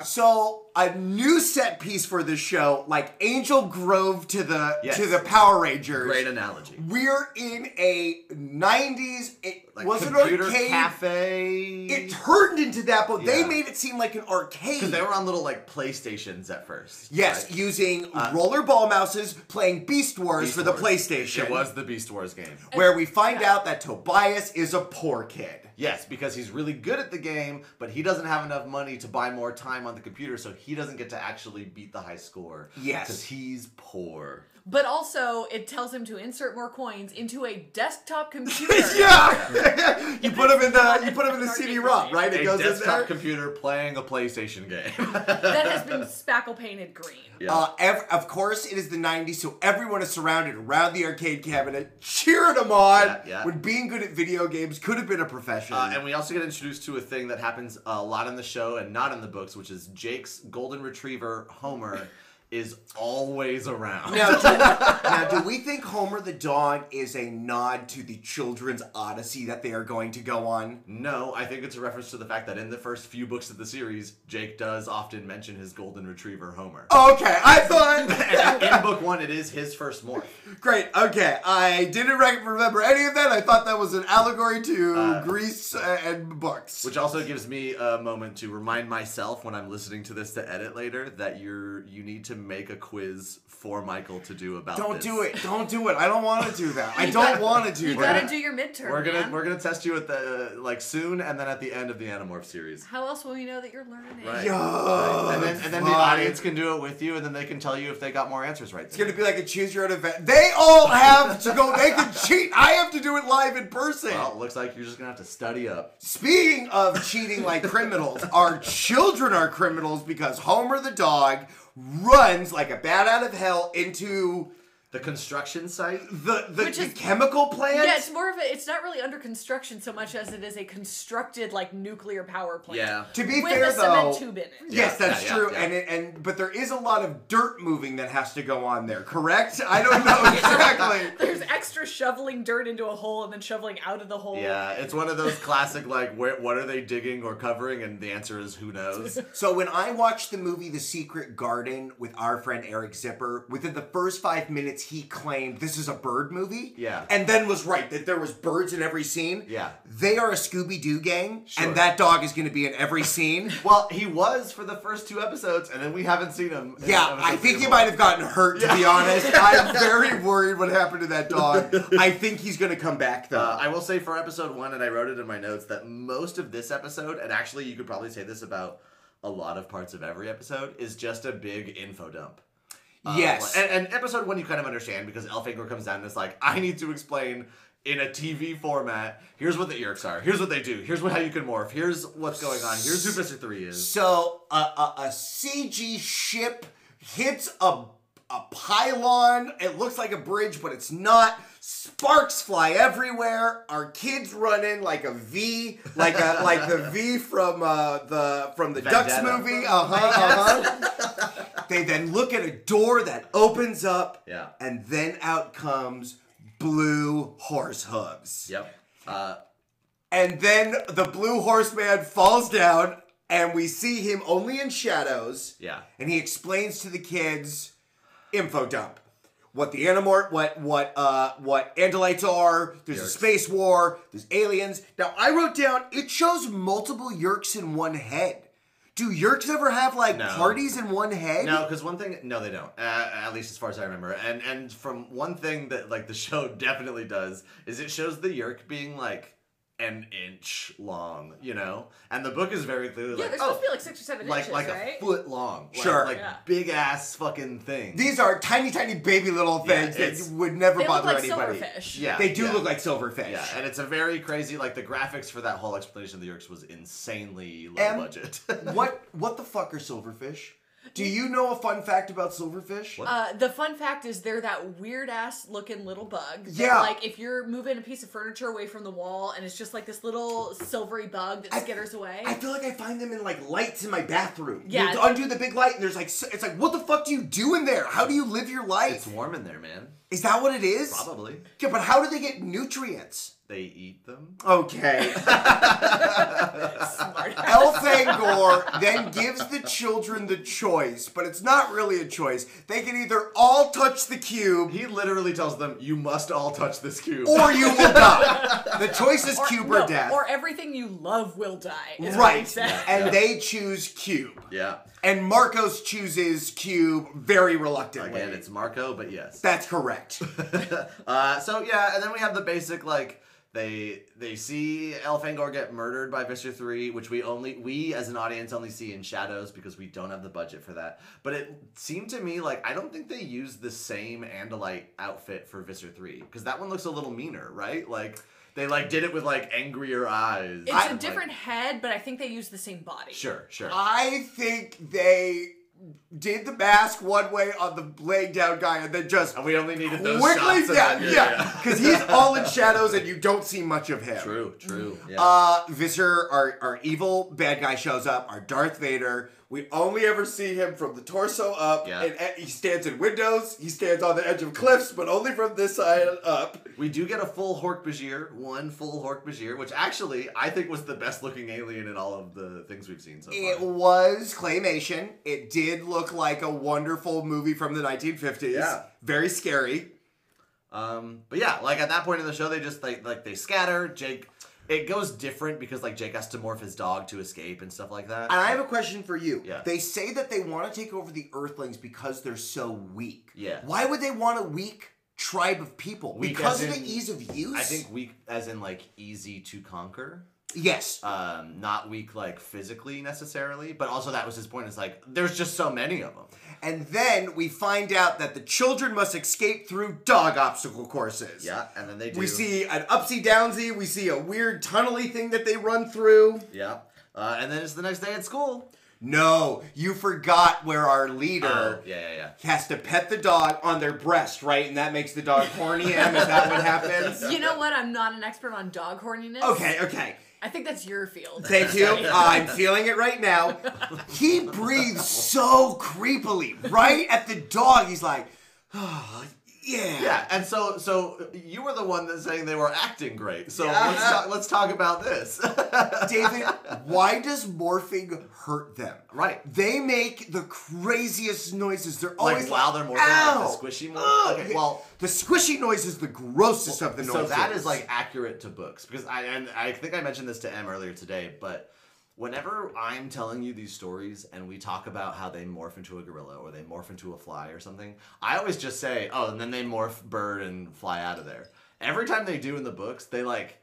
Speaker 2: So a new set piece for the show, like Angel Grove to the
Speaker 3: Yes.
Speaker 2: to the Power Rangers.
Speaker 3: Great analogy.
Speaker 2: We're in a '90s. It
Speaker 3: Like
Speaker 2: was an
Speaker 3: computer
Speaker 2: arcade.
Speaker 3: cafe.
Speaker 2: It turned into that, but they
Speaker 3: Yeah.
Speaker 2: made it seem like an arcade.
Speaker 3: they were on little like PlayStations at first.
Speaker 2: yes,
Speaker 3: right?
Speaker 2: using rollerball mouses, playing Beast Wars
Speaker 3: uh, Beast
Speaker 2: for the
Speaker 3: Wars.
Speaker 2: PlayStation.
Speaker 3: It was the Beast Wars game.
Speaker 2: where we find out that Tobias is a poor kid.
Speaker 3: Yes, because he's really good at the game, but he doesn't have enough money to buy more time on the computer, so he doesn't get to actually beat the high score.
Speaker 2: Yes.
Speaker 3: Because he's poor.
Speaker 4: But also, it tells him to insert more coins into a desktop computer.
Speaker 2: yeah, you put him in the you put him in the
Speaker 4: It's
Speaker 2: CD-ROM, right? It
Speaker 3: a
Speaker 2: goes in
Speaker 3: desktop
Speaker 2: there.
Speaker 3: computer playing a PlayStation game.
Speaker 4: That has been spackle painted green.
Speaker 3: yeah.
Speaker 2: Uh, ev- of course, it is the 90s, so everyone is surrounded around the arcade cabinet, cheering him on
Speaker 3: Yeah, yeah.
Speaker 2: when being good at video games could have been a profession.
Speaker 3: Uh, and we also get introduced to a thing that happens a lot in the show and not in the books, which is Jake's golden retriever, Homer, is always around.
Speaker 2: Now do, now, do we think Homer the Dog is a nod to the children's odyssey that they are going to go on?
Speaker 3: No, I think it's a reference to the fact that in the first few books of the series, Jake does often mention his golden retriever, Homer.
Speaker 2: Okay, I thought.
Speaker 3: And in book one, it is his first morph.
Speaker 2: Great, okay. I didn't re- remember any of that. I thought that was an allegory to Greece uh, and books.
Speaker 3: Which also gives me a moment to remind myself when I'm listening to this to edit later that you're you need to make a quiz for Michael to do about
Speaker 2: don't
Speaker 3: this.
Speaker 2: do it. Don't do it. I don't want to do that. I don't want to do
Speaker 4: You
Speaker 2: that.
Speaker 4: gotta do your midterm.
Speaker 3: We're gonna
Speaker 4: man.
Speaker 3: we're gonna test you at the like soon and then at the end of the Animorph series.
Speaker 4: How else will we know that you're learning?
Speaker 3: Right.
Speaker 2: Yo,
Speaker 3: and then and then the
Speaker 2: fine.
Speaker 3: audience can do it with you and then they can tell you if they got more answers right.
Speaker 2: It's gonna be like a choose your own event. They all have to go. They can cheat. I have to do it live in person.
Speaker 3: well, it looks like you're just gonna have to study up.
Speaker 2: Speaking of cheating like criminals, our children are criminals because Homer the dog runs like a bat out of hell into
Speaker 3: The construction site?
Speaker 2: the the,
Speaker 4: Which
Speaker 2: the
Speaker 4: is-
Speaker 2: chemical plant.
Speaker 4: Yeah, it's more of a. It's not really under construction so much as it is a constructed like nuclear power plant.
Speaker 3: Yeah.
Speaker 2: to be
Speaker 4: with
Speaker 2: fair
Speaker 4: a
Speaker 2: though.
Speaker 4: cement tube in it.
Speaker 2: Yes,
Speaker 3: Yeah,
Speaker 2: that's
Speaker 3: yeah,
Speaker 2: true,
Speaker 3: yeah.
Speaker 2: and it, and but there is a lot of dirt moving that has to go on there. Correct? I don't know exactly.
Speaker 4: There's extra shoveling dirt into a hole and then shoveling out of the hole.
Speaker 3: Yeah, it's one of those classic like where, what are they digging or covering and the answer is who knows.
Speaker 2: So when I watched the movie The Secret Garden with our friend Eric Zipper, within the first five minutes he claimed this is a bird movie.
Speaker 3: Yeah.
Speaker 2: And then was right that there was birds in every scene.
Speaker 3: Yeah.
Speaker 2: They are a Scooby Doo gang,
Speaker 3: Sure.
Speaker 2: and that dog is gonna be in every scene.
Speaker 3: Well, he was for the first two episodes, and then we haven't seen him. in-
Speaker 2: Yeah,
Speaker 3: ever
Speaker 2: I
Speaker 3: since
Speaker 2: think he
Speaker 3: Super
Speaker 2: might
Speaker 3: Bowl.
Speaker 2: have gotten hurt, to be honest. I'm very worried what happened to that dog. I think he's gonna come back though.
Speaker 3: Uh, I will say for episode one, and I wrote it in my notes that most of this episode, and actually you could probably say this about a lot of parts of every episode, is just a big info dump. Uh,
Speaker 2: Yes.
Speaker 3: And, and episode one, you kind of understand because Elfinger comes down and is like, I need to explain in a TV format. Here's what the Earks are. Here's what they do. Here's what, how you can morph. Here's what's going on. Here's who Mister Three is.
Speaker 2: So a, a, a CG ship hits a a pylon. It looks like a bridge, but it's not. Sparks fly everywhere. Our kids run in like a V, like a like the V from uh, the from the Ducks
Speaker 3: Vendetta.
Speaker 2: movie. Uh huh. Uh huh. they then look at a door that opens up.
Speaker 3: Yeah.
Speaker 2: And then out comes blue horse hooves.
Speaker 3: Yep. Uh,
Speaker 2: And then the blue horseman falls down, and we see him only in shadows.
Speaker 3: Yeah.
Speaker 2: And he explains to the kids, info dump, what the Animort, what what uh what Andalites are. There's a
Speaker 3: Yerks.
Speaker 2: space war. There's aliens. Now I wrote down it shows multiple Yerks in one head. Do Yerks ever have like
Speaker 3: No.
Speaker 2: parties in one head?
Speaker 3: No, because one thing, no, they don't. Uh, at least as far as I remember. And and from one thing that like the show definitely does is it shows the Yerk being like an inch long, you know. And the book is very clearly
Speaker 4: Yeah,
Speaker 3: like,
Speaker 4: they're
Speaker 3: oh,
Speaker 4: supposed to be like six or seven
Speaker 3: like
Speaker 4: inches,
Speaker 3: like
Speaker 4: right?
Speaker 3: a foot long, Like-
Speaker 2: Sure.
Speaker 3: like
Speaker 4: Yeah.
Speaker 3: big ass fucking thing.
Speaker 2: These are tiny, tiny baby little
Speaker 3: Yeah,
Speaker 2: things that
Speaker 3: it's-
Speaker 2: would never
Speaker 4: they look
Speaker 2: bother
Speaker 4: like
Speaker 2: anybody.
Speaker 4: silverfish.
Speaker 3: yeah,
Speaker 2: They do
Speaker 3: yeah.
Speaker 2: look like silverfish.
Speaker 3: Yeah, and it's a very crazy. Like the graphics for that whole explanation of the Yerks was insanely low
Speaker 2: And-
Speaker 3: budget.
Speaker 2: what what the fuck are silverfish? Do you know a fun fact about silverfish?
Speaker 4: Uh, the fun fact is they're that weird ass looking little bug. that,
Speaker 2: Yeah.
Speaker 4: Like if you're moving a piece of furniture away from the wall and it's just like this little silvery bug that skitters away.
Speaker 2: I feel like I find them in like lights in my bathroom.
Speaker 4: Yeah.
Speaker 2: You undo the big light and there's like s- it's like what the fuck do you do in there? How do you live your
Speaker 3: it's
Speaker 2: life?
Speaker 3: warm in there, man.
Speaker 2: Is that what it is?
Speaker 3: Probably
Speaker 2: Yeah, but how do they get nutrients?
Speaker 3: they eat them.
Speaker 2: Okay.
Speaker 4: Smart.
Speaker 2: Elfangor then gives the children the choice, but it's not really a choice. They can either all touch the cube
Speaker 3: He literally tells them, "You must all touch this cube."
Speaker 2: or you will die. The choice is
Speaker 4: Or-
Speaker 2: cube
Speaker 4: no,
Speaker 2: or death.
Speaker 4: Or everything you love will die. is what he
Speaker 2: right.
Speaker 4: said.
Speaker 2: And they choose cube.
Speaker 3: yeah.
Speaker 2: And Marcos chooses Cube very reluctantly.
Speaker 3: Again, it's Marco, but yes.
Speaker 2: That's correct.
Speaker 3: Uh, so yeah, and then we have the basic like they they see Elfangor get murdered by Visser Three, which we only we as an audience only see in shadows because we don't have the budget for that. But it seemed to me like I don't think they used the same Andalite outfit for Visser Three because that one looks a little meaner, right? Like they like did it with like angrier eyes.
Speaker 4: It's
Speaker 3: a
Speaker 4: a different Uh, head, but I think they use the same body.
Speaker 3: sure, sure.
Speaker 2: I think they did the mask one way on the laying down guy and then just
Speaker 3: and we only needed those
Speaker 2: quickly
Speaker 3: shots. of
Speaker 2: down.
Speaker 3: that-
Speaker 2: Yeah, because he's all in shadows and you don't see much of him.
Speaker 3: True, true. Yeah.
Speaker 2: Uh, Visser, our, our evil bad guy, shows up, our Darth Vader. We only ever see him from the torso up.
Speaker 3: Yeah.
Speaker 2: And, and he stands in windows, he stands on the edge of cliffs, but only from this side up.
Speaker 3: We do get a full Hork-Bajir, one full Hork-Bajir, which actually I think was the best looking alien in all of the things we've seen so far.
Speaker 2: It was claymation. It did look like a wonderful movie from the 1950s.
Speaker 3: Yeah.
Speaker 2: Very scary.
Speaker 3: um, but yeah, like at that point in the show, they just like like they scatter. Jake, it goes different because like Jake has to morph his dog to escape and stuff like that.
Speaker 2: And I have a question for you.
Speaker 3: Yeah.
Speaker 2: They say that they want to take over the Earthlings because they're so weak.
Speaker 3: Yeah.
Speaker 2: Why would they want a weak tribe of people?
Speaker 3: Weak
Speaker 2: because
Speaker 3: as
Speaker 2: of
Speaker 3: in-
Speaker 2: the ease of use?
Speaker 3: I think weak as in like easy to conquer.
Speaker 2: Yes.
Speaker 3: Um, not weak like physically necessarily, but also that was his point. Is like there's just so many of them.
Speaker 2: And then we find out that the children must escape through dog obstacle courses.
Speaker 3: Yeah, and then they do.
Speaker 2: We see an upsy downsy. We see a weird tunnely thing that they run through.
Speaker 3: Yeah, uh, and then it's the next day at school.
Speaker 2: No, you forgot where our leader
Speaker 3: Oh, yeah, yeah, yeah.
Speaker 2: has to pet the dog on their breast, right? And that makes the dog horny, Em? Is that what happens?
Speaker 4: You know what? I'm not an expert on dog horniness.
Speaker 2: Okay, okay.
Speaker 4: I think that's your field.
Speaker 2: Thank you. I'm feeling it right now. He breathes so creepily right at the dog. He's like, oh, yeah.
Speaker 3: Yeah, and so so you were the one that's saying they were acting great. So
Speaker 2: Yeah.
Speaker 3: let's talk, let's talk about this.
Speaker 2: David, why does morphing hurt them?
Speaker 3: right.
Speaker 2: They make the craziest noises. They're
Speaker 3: Like
Speaker 2: always
Speaker 3: while they're morphing, like
Speaker 2: Ow!
Speaker 3: the squishy
Speaker 2: Ugh!
Speaker 3: morph. Okay, well,
Speaker 2: the squishy noise is the grossest of the noises.
Speaker 3: so that is like accurate to books because I and I think I mentioned this to Em earlier today, but whenever I'm telling you these stories and we talk about how they morph into a gorilla or they morph into a fly or something, I always just say, "Oh, and then they morph bird and fly out of there." Every time they do in the books, they like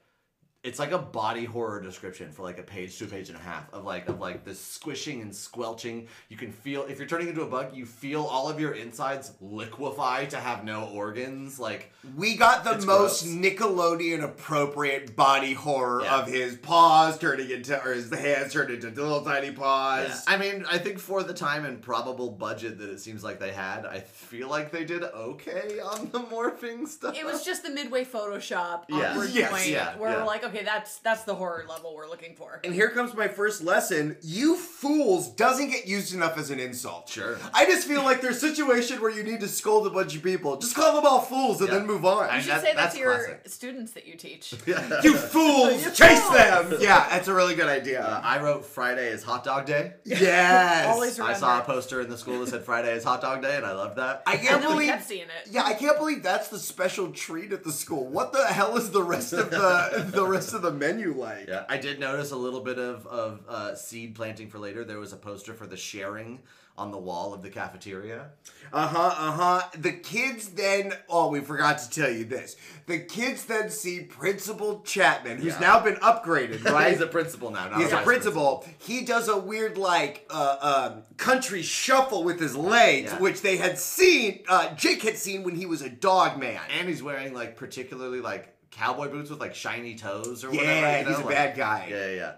Speaker 3: it's like a body horror description for like a page to a page and a half of like of like this squishing and squelching. You can feel if you're turning into a bug, you feel all of your insides liquefy to have no organs. Like
Speaker 2: We got the
Speaker 3: It's
Speaker 2: most
Speaker 3: gross.
Speaker 2: Nickelodeon appropriate body horror
Speaker 3: Yeah.
Speaker 2: of his paws turning into, or his hands turned into little tiny paws.
Speaker 3: I mean, I think for the time and probable budget that it seems like they had, I feel like they did okay on the morphing stuff.
Speaker 4: It was just the midway Photoshop
Speaker 3: Yeah.
Speaker 4: awkward
Speaker 2: Yes,
Speaker 4: point
Speaker 3: yeah,
Speaker 4: where
Speaker 3: yeah.
Speaker 4: we're like, okay, that's that's the horror level we're looking for.
Speaker 2: And here comes my first lesson. You fools doesn't get used enough as an insult.
Speaker 3: Sure.
Speaker 2: I just feel like there's a situation where you need to scold a bunch of people. Just call them all fools and
Speaker 3: Yeah.
Speaker 2: then move on.
Speaker 3: I-
Speaker 4: You should
Speaker 3: that-
Speaker 4: say that
Speaker 3: that's
Speaker 4: to your
Speaker 3: classic.
Speaker 4: students that you teach.
Speaker 3: Yeah.
Speaker 2: you fools!
Speaker 4: You
Speaker 2: chase
Speaker 4: fools.
Speaker 2: them! Yeah, that's a really good
Speaker 3: Uh,
Speaker 2: idea.
Speaker 3: I wrote Friday is hot dog day.
Speaker 2: Yes.
Speaker 4: Always
Speaker 3: I
Speaker 4: remember.
Speaker 3: saw a poster in the school that said Friday is hot dog day, and I loved that.
Speaker 2: I
Speaker 4: I
Speaker 2: can't
Speaker 4: know we
Speaker 2: believe.
Speaker 4: kept seeing it.
Speaker 2: Yeah, I can't believe that's the special treat at the school. What the hell is the rest of the the rest of the menu like?
Speaker 3: Yeah, I did notice a little bit of of uh, seed planting for later. There was a poster for the sharing on the wall of the cafeteria.
Speaker 2: Uh huh, uh huh. The kids then, oh, we forgot to tell you this. The kids then see Principal Chapman, who's
Speaker 3: Yeah.
Speaker 2: now been upgraded, right?
Speaker 3: He's a principal now. Not
Speaker 2: He's a
Speaker 3: vice
Speaker 2: principal. He does a weird, like, uh, um, country shuffle with his legs,
Speaker 3: Yeah.
Speaker 2: which they had seen, uh, Jake had seen when he was a dog man.
Speaker 3: and he's wearing like particularly like cowboy boots with like shiny toes or whatever.
Speaker 2: Yeah,
Speaker 3: you know,
Speaker 2: he's a
Speaker 3: like-
Speaker 2: bad guy.
Speaker 3: Yeah, yeah. yeah.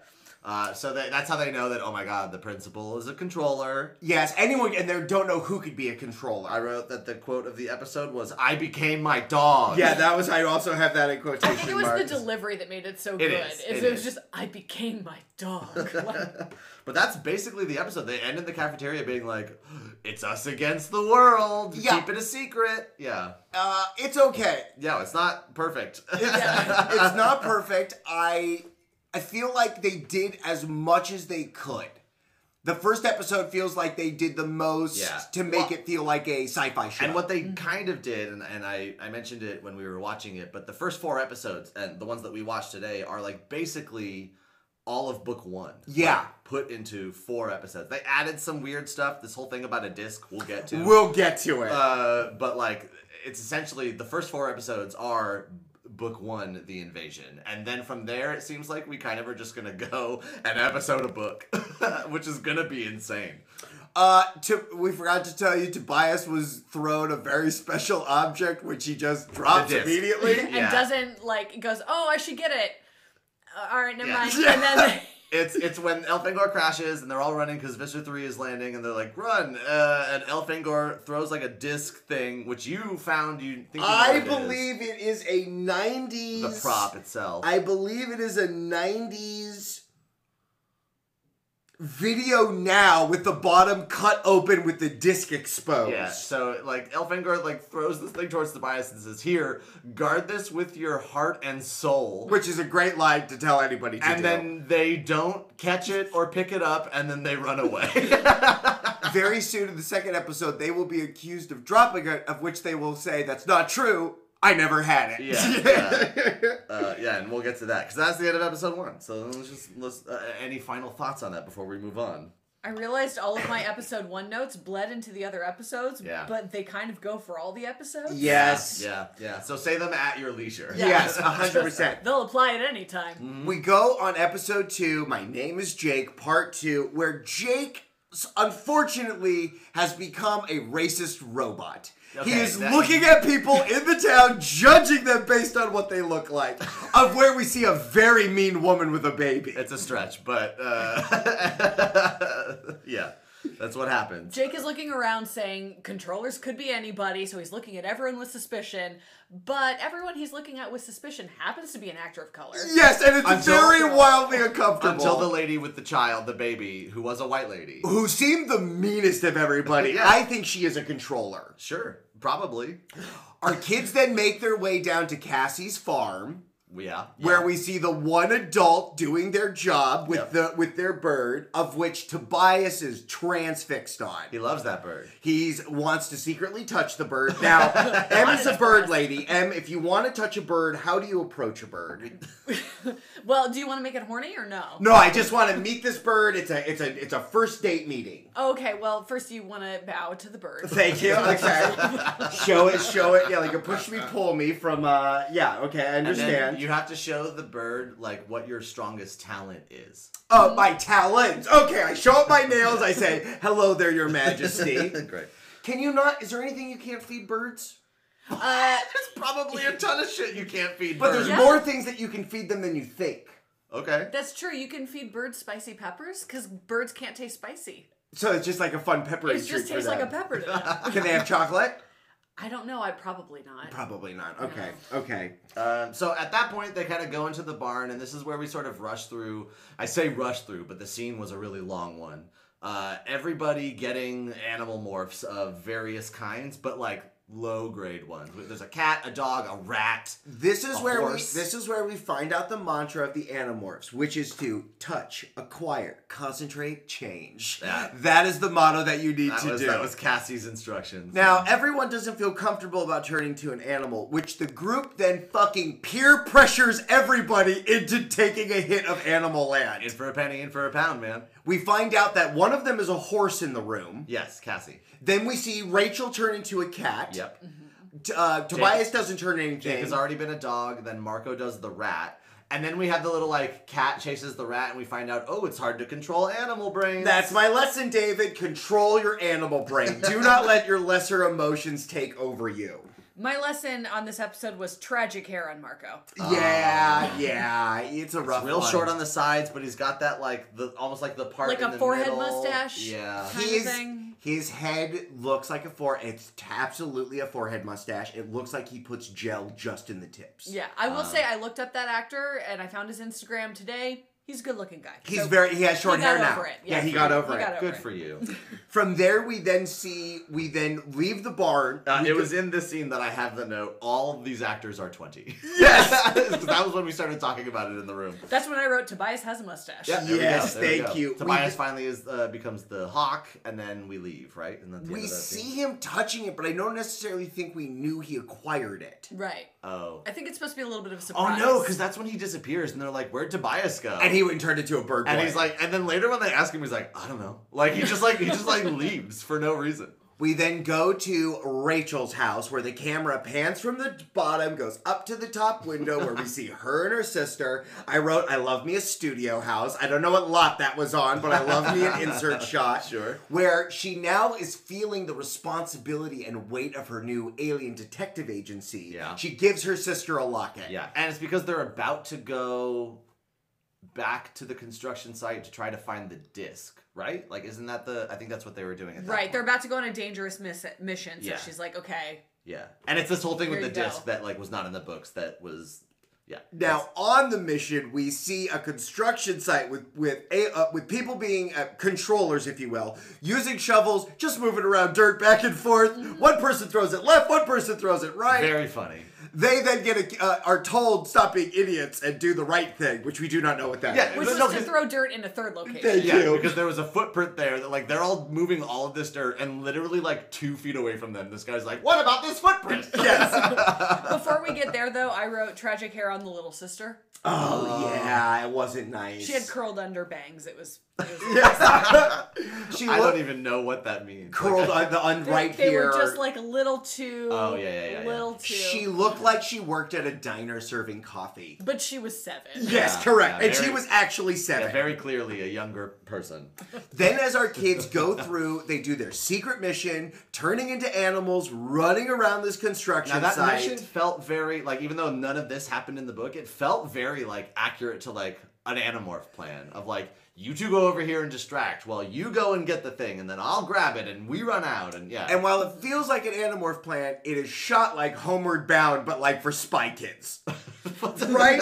Speaker 3: Uh, so that, that's how they know that. Oh my God, the principal is a controller.
Speaker 2: Yes, anyone in there don't know who could be a controller.
Speaker 3: I wrote that the quote of the episode was, "I became my dog."
Speaker 2: yeah, that was, I also have that in
Speaker 4: I
Speaker 2: quotation
Speaker 4: think it was
Speaker 2: marks.
Speaker 4: the delivery that made it so good.
Speaker 3: is,
Speaker 4: It's-
Speaker 3: it
Speaker 4: it was
Speaker 3: is.
Speaker 4: just I became my dog. Like,
Speaker 3: But that's basically the episode. They end in the cafeteria being like, "It's us against the world.
Speaker 2: Yeah.
Speaker 3: Keep it a secret." Yeah.
Speaker 2: uh, it's okay.
Speaker 3: Yeah, it's not perfect.
Speaker 4: yeah.
Speaker 2: it's not perfect. I I feel like they did as much as they could. The first episode feels like they did the most
Speaker 3: Yeah.
Speaker 2: to make
Speaker 3: Well-
Speaker 2: it feel like a sci-fi show.
Speaker 3: And what they kind of did, and, and I, I mentioned it when we were watching it, but the first four episodes and the ones that we watched today are like basically all of book one.
Speaker 2: Yeah.
Speaker 3: Like, put into four episodes. They added some weird stuff. This whole thing about a disc we'll get to.
Speaker 2: we'll get to it.
Speaker 3: uh, but like, it's essentially the first four episodes are book one, The Invasion. And then from there, it seems like we kind of are just going to go an episode a book, which is going to be insane.
Speaker 2: Uh, to, we forgot to tell you, Tobias was thrown a very special object, which he just dropped
Speaker 3: disc.
Speaker 2: immediately.
Speaker 4: and
Speaker 3: Yeah.
Speaker 4: doesn't like goes, oh, I should get it. Uh, all right, never
Speaker 3: Yeah.
Speaker 4: mind. And then
Speaker 3: It's it's when Elfangor crashes and they're all running because Visor Three is landing and they're like run uh, and Elfangor throws like a disc thing which you found you think you know
Speaker 2: I
Speaker 3: what it is.
Speaker 2: believe it is a '90s
Speaker 3: the prop itself.
Speaker 2: I believe it is a 90s video now with the bottom cut open with the disc exposed.
Speaker 3: yeah, so like Elfangor like throws this thing towards Tobias and says, "Here, guard this with your heart and soul."
Speaker 2: Which is a great line to tell anybody to
Speaker 3: and
Speaker 2: do.
Speaker 3: then they don't catch it or pick it up, and then they run away.
Speaker 2: very soon in the second episode, they will be accused of dropping it, of which they will say, That's not true. I never had it.
Speaker 3: Yeah, yeah. uh, yeah, and we'll get to that because that's the end of episode one. So let's just let's uh, any final thoughts on that before we move on.
Speaker 4: I realized all of my episode one notes bled into the other episodes,
Speaker 3: Yeah.
Speaker 4: but they kind of go for all the episodes.
Speaker 2: Yes.
Speaker 3: Yeah, yeah. So say them at your leisure.
Speaker 2: Yes, 100%.
Speaker 4: They'll apply at any
Speaker 3: Mm.
Speaker 4: time.
Speaker 2: We go on episode two, My Name is Jake, part two, where Jake s- unfortunately has become a racist robot. he
Speaker 3: Okay,
Speaker 2: is
Speaker 3: that-
Speaker 2: looking at people in the town, judging them based on what they look like, of where we see a very mean woman with a baby.
Speaker 3: It's a stretch, but uh, yeah, that's what happens.
Speaker 4: Jake is looking around saying controllers could be anybody, so he's looking at everyone with suspicion, but everyone he's looking at with suspicion happens to be an actor of color.
Speaker 2: yes, and it's
Speaker 3: Until-
Speaker 2: very wildly uncomfortable.
Speaker 3: Until the lady with the child, the baby, who was a white lady.
Speaker 2: who seemed the meanest of everybody.
Speaker 3: Yeah.
Speaker 2: I think she is a controller.
Speaker 3: Sure, probably.
Speaker 2: Our kids then make their way down to Cassie's farm.
Speaker 3: Yeah.
Speaker 2: where we see the one adult doing their job with
Speaker 3: Yep.
Speaker 2: the with their bird, of which Tobias is transfixed on.
Speaker 3: he loves that bird.
Speaker 2: He's wants to secretly touch the bird. Now, Em is a bird lady. Em, if you want to touch a bird, how do you approach a bird?
Speaker 4: Well, do you want to make it horny or no?
Speaker 2: No, I just want to meet this bird. It's a it's a it's a first date meeting.
Speaker 4: Okay, well, first you want to bow to the bird.
Speaker 2: Thank you. Okay. show it, show it. Yeah, like a push me, pull me from uh yeah, okay, I
Speaker 3: And then
Speaker 2: understand.
Speaker 3: you you have to show the bird like what your strongest talent is.
Speaker 2: Uh, my talons. Okay, I show up my nails. I say, "Hello there, Your Majesty."
Speaker 3: Great.
Speaker 2: Can you not? Is there anything you can't feed birds?
Speaker 4: Uh,
Speaker 3: There's probably a ton of shit you can't feed
Speaker 2: But
Speaker 3: birds.
Speaker 2: there's
Speaker 4: Yeah.
Speaker 2: more things that you can feed them than you think.
Speaker 3: Okay.
Speaker 4: that's true. You can feed birds spicy peppers because birds can't taste spicy.
Speaker 2: So it's just like a fun peppery
Speaker 4: It
Speaker 2: treat
Speaker 4: just
Speaker 2: for
Speaker 4: tastes like a
Speaker 2: them.
Speaker 4: pepper to them.
Speaker 2: Can they have chocolate?
Speaker 4: I don't know. I probably not.
Speaker 2: Probably not. Okay. Okay.
Speaker 3: Um, so at that point, they kind of go into the barn, and this is where we sort of rush through. I say rush through, but the scene was a really long one. Uh, everybody getting animal morphs of various kinds, but like low grade ones. There's a cat, a dog, a rat.
Speaker 2: This is
Speaker 3: A
Speaker 2: where
Speaker 3: horse.
Speaker 2: we this is where we find out the mantra of the Animorphs, which is to touch, acquire, concentrate, change.
Speaker 3: Yeah.
Speaker 2: That is the motto that you need
Speaker 3: That
Speaker 2: to
Speaker 3: was,
Speaker 2: do.
Speaker 3: that was Cassie's instructions.
Speaker 2: Now, everyone doesn't feel comfortable about turning to an animal, which the group then fucking peer pressures everybody into taking a hit of animal
Speaker 3: in
Speaker 2: land.
Speaker 3: for a penny, in for a pound, man.
Speaker 2: We find out that one of them is a horse in the room.
Speaker 3: Yes, Cassie.
Speaker 2: Then we see Rachel turn into a cat.
Speaker 3: Yep.
Speaker 2: T- uh, Tobias doesn't turn anything.
Speaker 3: Jake has already been a dog, then Marco does the rat. And then we have the little like cat chases the rat, and we find out, oh, it's hard to control animal brains.
Speaker 2: That's my lesson, David. Control your animal brain. Do not let your lesser emotions take over you.
Speaker 4: My lesson on this episode was tragic hair on Marco.
Speaker 2: Yeah, yeah. It's a rough
Speaker 3: Uh, real
Speaker 2: one.
Speaker 3: short on the sides, but he's got that like the almost like the part
Speaker 4: Like
Speaker 3: in
Speaker 4: a
Speaker 3: the
Speaker 4: forehead
Speaker 3: middle.
Speaker 4: mustache?
Speaker 3: Yeah,
Speaker 4: kind of
Speaker 2: His,
Speaker 4: thing.
Speaker 2: his head looks like a forehead. It's t- absolutely a forehead mustache. It looks like he puts gel just in the tips.
Speaker 4: Yeah, I
Speaker 3: Uh.
Speaker 4: will say I looked up that actor and I found his Instagram today. He's a good-looking guy.
Speaker 2: He's
Speaker 4: So-
Speaker 2: very he has short
Speaker 4: he
Speaker 2: hair
Speaker 4: got
Speaker 2: now.
Speaker 4: over it.
Speaker 2: Yeah,
Speaker 4: Yeah.
Speaker 2: he got over
Speaker 4: He
Speaker 2: it.
Speaker 4: got over
Speaker 3: good
Speaker 4: it.
Speaker 3: for you.
Speaker 2: From there we then see we then leave the barn.
Speaker 3: Uh,
Speaker 2: We
Speaker 3: it
Speaker 2: go-
Speaker 3: was in this scene that I have the note. All of these actors are twenty.
Speaker 2: Yes!
Speaker 3: 'Cause that was when we started talking about it in the room.
Speaker 4: That's when I wrote Tobias has a mustache.
Speaker 3: Yeah, there we go,
Speaker 2: Yes,
Speaker 3: there we
Speaker 2: thank
Speaker 3: go.
Speaker 2: you. We
Speaker 3: Tobias
Speaker 2: d-
Speaker 3: finally is uh, becomes the hawk, and then we leave. Right, and that's the end
Speaker 2: we
Speaker 3: of that
Speaker 2: see
Speaker 3: scene.
Speaker 2: him touching it, but I don't necessarily think we knew he acquired it.
Speaker 4: Right.
Speaker 3: Oh,
Speaker 4: I think it's supposed to be a little bit of a
Speaker 3: oh
Speaker 4: surprise.
Speaker 3: no, because that's when he disappears, and they're like, "Where'd Tobias go?"
Speaker 2: And he went and turned into a bird.
Speaker 3: and
Speaker 2: boy.
Speaker 3: he's like, and then later when they ask him, he's like, "I don't know." Like he just like he just like leaves for no reason.
Speaker 2: We then go to Rachel's house where the camera pans from the bottom, goes up to the top window where we see her and her sister. I wrote, I love me a studio house. I don't know what lot that was on, but I love me an insert shot.
Speaker 3: Sure.
Speaker 2: Where she now is feeling the responsibility and weight of her new alien detective agency.
Speaker 3: Yeah.
Speaker 2: She gives her sister a locket.
Speaker 3: Yeah, and it's because they're about to go back to the construction site to try to find the disc, right? Like, isn't that the? I think that's what they were doing at that
Speaker 4: Right,
Speaker 3: point.
Speaker 4: they're about to go on a dangerous miss- mission, so
Speaker 3: Yeah.
Speaker 4: she's like, okay.
Speaker 3: yeah, and it's this whole thing with
Speaker 4: Here
Speaker 3: the
Speaker 4: you
Speaker 3: disc
Speaker 4: go.
Speaker 3: that like was not in the books. That was yeah.
Speaker 2: Now on the mission, we see a construction site with with a, uh, with people being uh, controllers, if you will, using shovels, just moving around dirt back and forth. One person throws it left, one person throws it right.
Speaker 3: That's very funny.
Speaker 2: They then get a, uh, are told stop being idiots and do the right thing, which we do not know what that
Speaker 3: Yeah,
Speaker 2: is.
Speaker 4: Which
Speaker 3: No,
Speaker 4: was
Speaker 3: no,
Speaker 4: to
Speaker 3: 'cause-
Speaker 4: throw dirt in a third location.
Speaker 2: Thank
Speaker 3: Yeah,
Speaker 2: you.
Speaker 3: because there was a footprint there that like they're all moving all of this dirt, and literally like two feet away from them, this guy's like, "What about this footprint?"
Speaker 2: Yes.
Speaker 4: Before we get there, though, I wrote tragic hair on the little sister.
Speaker 2: oh yeah, it wasn't nice.
Speaker 4: She had curled under bangs. It was. It was
Speaker 2: she
Speaker 3: I
Speaker 2: looked
Speaker 3: don't even know what that means.
Speaker 2: curled
Speaker 3: Like,
Speaker 2: on the on
Speaker 4: they,
Speaker 2: right
Speaker 4: they
Speaker 2: here.
Speaker 4: were just like a little too.
Speaker 3: Oh, yeah, yeah, yeah, yeah.
Speaker 4: Little too.
Speaker 2: she looked like she worked at a diner serving coffee.
Speaker 4: but she was seven.
Speaker 2: Yes,
Speaker 3: Yeah,
Speaker 2: correct.
Speaker 3: yeah,
Speaker 2: and she
Speaker 3: very-
Speaker 2: was actually seven.
Speaker 3: yeah, very clearly a younger person.
Speaker 2: Then, as our kids go through, they do their secret mission, turning into animals, running around this construction
Speaker 3: Now that
Speaker 2: site.
Speaker 3: mission felt very like even though none of this happened in the book, it felt very like accurate to like an animorph plan of like you two go over here and distract while you go and get the thing and then I'll grab it and we run out and yeah.
Speaker 2: and while it feels like an Animorph plan, it is shot like Homeward Bound, but like for Spy Kids. right?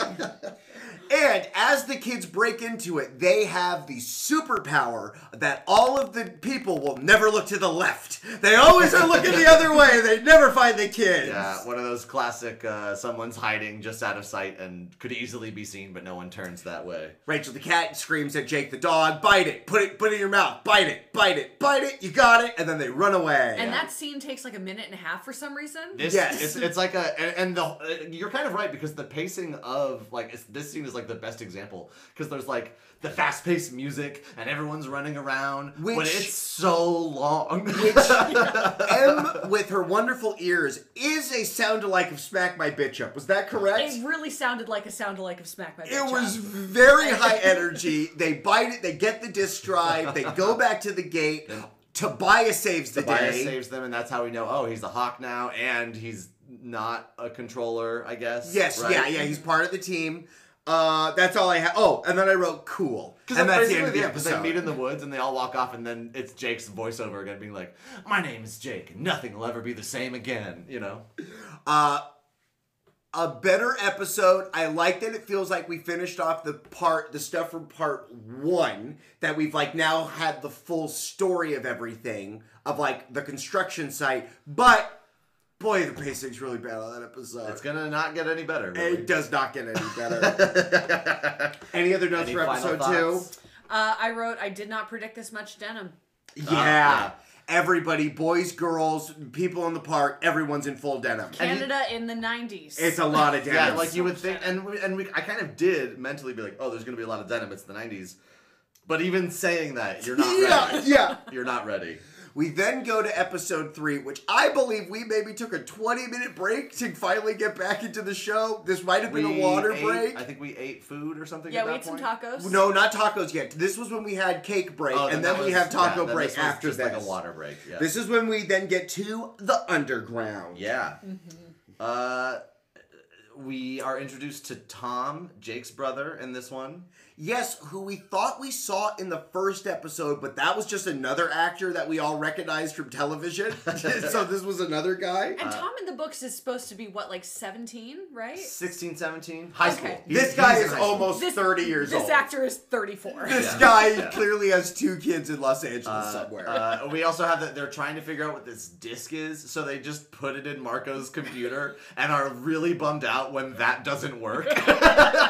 Speaker 2: And as the kids break into it, they have the superpower that all of the people will never look to the left. They always are looking the other way. They never find the kids.
Speaker 3: yeah, one of those classic uh, someone's hiding just out of sight and could easily be seen but no one turns that way.
Speaker 2: Rachel the cat screams at Jake the dog, bite it, put it, put it in your mouth, bite it, bite it, bite it, you got it, and then they run away.
Speaker 4: And that scene takes like a minute and a half for some reason.
Speaker 3: This,
Speaker 2: Yes.
Speaker 3: it's, it's like a and, and the uh, you're kind of right because the pacing of like it's, this scene is like the best example because there's like the fast paced music and everyone's running around, but
Speaker 2: Which-
Speaker 3: it's so long.
Speaker 2: M with her wonderful ears is a sound alike of Smack My Bitch Up. Was that correct?
Speaker 4: it really sounded like a sound alike of Smack My Bitch
Speaker 2: It was
Speaker 4: Up.
Speaker 2: very high energy. They bite it. They get the disc drive. They go back to the gate. Tobias saves the
Speaker 3: Tobias
Speaker 2: day.
Speaker 3: saves them, and that's how we know. Oh, he's a hawk now, and he's not a controller, I guess.
Speaker 2: yes,
Speaker 3: right?
Speaker 2: yeah, yeah. He's part of the team. Uh, that's all I have. Oh, and then I wrote cool,
Speaker 3: Because
Speaker 2: and that's the end of the
Speaker 3: They meet
Speaker 2: episode.
Speaker 3: in the woods and they all walk off, and then it's Jake's voiceover again, being like, "My name is Jake, and nothing will ever be the same again." You know.
Speaker 2: A better episode. I like that it feels like we finished off the part, the stuff from part one that we've like now had the full story of everything of like the construction site. But boy, the pacing's really bad on that episode.
Speaker 3: It's gonna not get any better. Really.
Speaker 2: It does not get any better. any other notes
Speaker 3: Any
Speaker 2: for
Speaker 3: final
Speaker 2: episode
Speaker 3: thoughts?
Speaker 4: Uh, I wrote, I did not predict this much denim.
Speaker 2: two?
Speaker 3: Uh,
Speaker 2: Yeah.
Speaker 3: yeah.
Speaker 2: Everybody, boys, girls, people in the park, everyone's in full denim.
Speaker 4: Canada in the 90s.
Speaker 2: It's a lot of denim.
Speaker 3: Yeah, like you would think, and we, and we, I kind of did mentally be like, "Oh, there's gonna be a lot of denim. It's the '90s," but even saying that, you're not
Speaker 2: yeah,
Speaker 3: ready.
Speaker 2: yeah.
Speaker 3: You're not ready.
Speaker 2: We then go to episode three, which I believe we maybe took a 20 minute break to finally get back into the show. This might have been a water
Speaker 3: ate-
Speaker 2: break.
Speaker 3: I think we ate food or something.
Speaker 4: yeah,
Speaker 3: at
Speaker 4: we
Speaker 3: that
Speaker 4: ate some
Speaker 3: point.
Speaker 4: tacos.
Speaker 2: no, uh, not tacos yet. This was when we had cake break,
Speaker 3: Oh,
Speaker 2: and
Speaker 3: that
Speaker 2: then we
Speaker 3: was-
Speaker 2: have
Speaker 3: yeah,
Speaker 2: taco
Speaker 3: then
Speaker 2: break
Speaker 3: this was
Speaker 2: after
Speaker 3: just
Speaker 2: this.
Speaker 3: like a water break. Yeah.
Speaker 2: This is when we then get to the underground.
Speaker 3: Yeah.
Speaker 4: Mm-hmm.
Speaker 3: Uh, we are introduced to Tom, Jake's brother, in this one.
Speaker 2: Yes, who we thought we saw in the first episode, but that was just another actor that we all recognized from television. so this was another guy.
Speaker 4: And Tom in the books is supposed to be what, like 17, right?
Speaker 3: 16, 17, high
Speaker 4: Okay.
Speaker 3: school. He's-
Speaker 2: This guy
Speaker 3: he's in
Speaker 2: is
Speaker 3: high school.
Speaker 2: almost 30 years
Speaker 4: this
Speaker 2: old.
Speaker 4: actor is 34.
Speaker 2: this
Speaker 3: Yeah.
Speaker 2: guy
Speaker 3: Yeah.
Speaker 2: clearly has two kids in Los Angeles
Speaker 3: Uh,
Speaker 2: somewhere.
Speaker 3: uh, we also have that they're trying to figure out what this disc is, so they just put it in Marco's computer and are really bummed out when that doesn't work.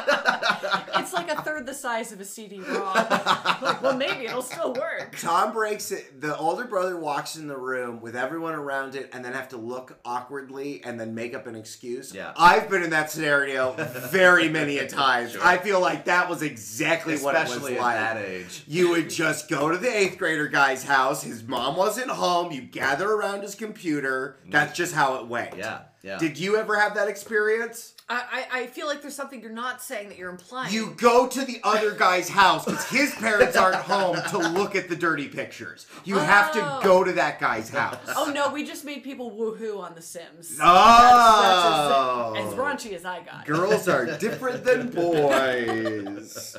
Speaker 4: it's like a third the size of a CD-ROM. like, well, maybe it'll still work.
Speaker 2: Tom breaks it. The older brother walks in the room with everyone around it and then have to look awkwardly and then make up an excuse.
Speaker 3: Yeah.
Speaker 2: I've been in that scenario very many a times.
Speaker 3: Sure.
Speaker 2: I feel like that was exactly what it was
Speaker 3: Especially at
Speaker 2: like.
Speaker 3: that age.
Speaker 2: You would just go to the eighth grader guy's house. His mom wasn't home. You gather around his computer. That's just how it went.
Speaker 3: Mm. Yeah, yeah.
Speaker 2: Did you ever have that experience?
Speaker 4: I, I, I feel like there's something you're not saying that you're implying.
Speaker 2: You go to the other guy's house because his parents aren't home to look at the dirty pictures. You have to
Speaker 4: Oh.
Speaker 2: go to that guy's house.
Speaker 4: Oh no, we just made people woohoo on The Sims.
Speaker 2: Oh.
Speaker 4: That's, that's as, as raunchy as I got.
Speaker 2: Girls are different than boys.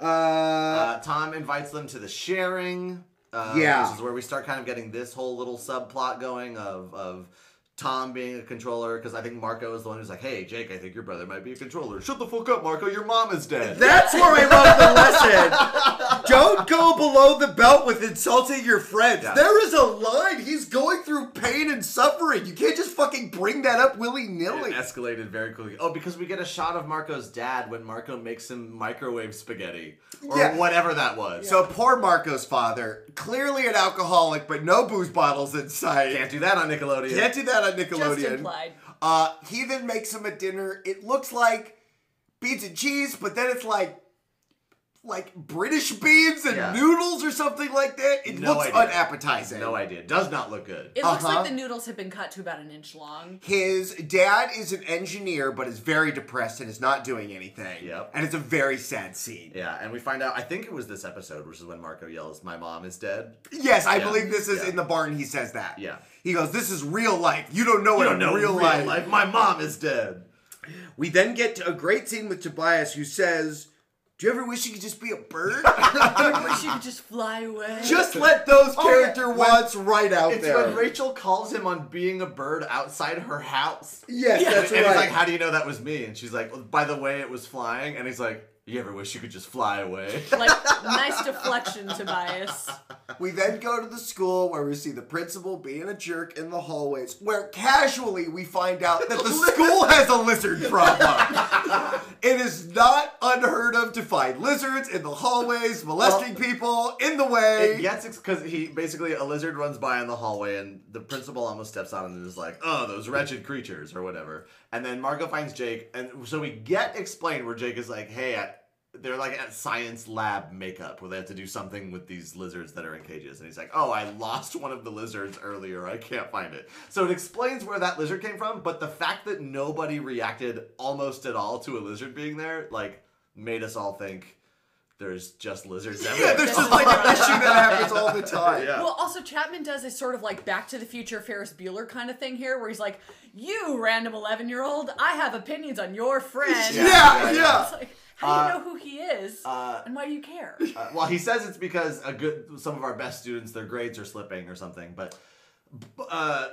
Speaker 2: Uh,
Speaker 3: Uh, Tom invites them to the sharing. Uh,
Speaker 2: Yeah.
Speaker 3: Which is where we start kind of getting this whole little subplot going of, of Tom being a controller, because I think Marco is the one who's like, hey, Jake, I think your brother might be a controller. Shut the fuck up, Marco, your mom is dead.
Speaker 2: that's where I love the lesson. Don't go below the belt with insulting your friends.
Speaker 3: Yeah.
Speaker 2: There is a line. He's going through pain and suffering. You can't just fucking bring that up willy nilly.
Speaker 3: It escalated very quickly. Oh, because we get a shot of Marco's dad when Marco makes him microwave spaghetti or
Speaker 2: Yeah.
Speaker 3: whatever that was.
Speaker 2: So poor Marco's father, clearly an alcoholic, but no booze bottles in sight.
Speaker 3: can't do that on Nickelodeon.
Speaker 2: Can't do that on Nickelodeon.
Speaker 4: Just implied.
Speaker 2: Uh, he then makes him a dinner. It looks like beans and cheese, but then it's like like British beans and
Speaker 3: Yeah.
Speaker 2: noodles or something like that. It
Speaker 3: No
Speaker 2: looks
Speaker 3: idea.
Speaker 2: unappetizing.
Speaker 3: No idea. Does not look good. Oh,
Speaker 4: It looks
Speaker 2: Uh-huh.
Speaker 4: like the noodles have been cut to about an inch long.
Speaker 2: His dad is an engineer, but is very depressed and is not doing anything.
Speaker 3: Yep.
Speaker 2: And it's a very sad scene.
Speaker 3: yeah, and we find out, I think it was this episode, which is when Marco yells, My mom is dead.
Speaker 2: Yes, I
Speaker 3: Yeah.
Speaker 2: believe this is
Speaker 3: Yeah.
Speaker 2: in the barn. He says that.
Speaker 3: Yeah.
Speaker 2: He goes, "This is real life. You don't know
Speaker 3: You
Speaker 2: what
Speaker 3: don't know
Speaker 2: real, life.
Speaker 3: My mom is dead.
Speaker 2: We then get to a great scene with Tobias, who says, "Do you ever wish you could just be a bird?
Speaker 4: I wish you could just fly away.
Speaker 2: just let those
Speaker 3: yeah.
Speaker 2: character
Speaker 3: When-
Speaker 2: wants right out
Speaker 3: It's
Speaker 2: there."
Speaker 3: when Rachel calls him on being a bird outside her house.
Speaker 2: yes, that's
Speaker 3: and he's
Speaker 2: right.
Speaker 3: like, "How do you know that was me?" And she's like, "By the way, it was flying." And he's like, You ever wish you could just fly away?
Speaker 4: Like, nice deflection, Tobias.
Speaker 2: We then go to the school where we see the principal being a jerk in the hallways, where casually we find out that the school has a lizard problem. it is not unheard of to find lizards in the hallways, molesting people, in the way.
Speaker 3: It gets because he basically a lizard runs by in the hallway and the principal almost steps on it and is like, "Oh, those wretched creatures" or whatever. And then Margot finds Jake, and so we get explained where Jake is like, "Hey, I, they're like at science lab makeup where they have to do something with these lizards that are in cages." And he's like, "Oh, I lost one of the lizards earlier. I can't find it." So it explains where that lizard came from, but the fact that nobody reacted almost at all to a lizard being there, like, made us all think. There's just lizards everywhere.
Speaker 2: yeah, there's just like an issue that happens all the time.
Speaker 3: Yeah.
Speaker 4: Well, also Chapman does a sort of like Back to the Future Ferris Bueller kind of thing here, where he's like, "You random eleven-year-old, I have opinions on your friend."
Speaker 2: Yeah, Uh,
Speaker 3: Yeah,
Speaker 2: yeah.
Speaker 3: yeah.
Speaker 4: It's like, how do you know who he is, and why do you care?
Speaker 3: Uh, well, he says it's because a good some of our best students their grades are slipping or something, but uh,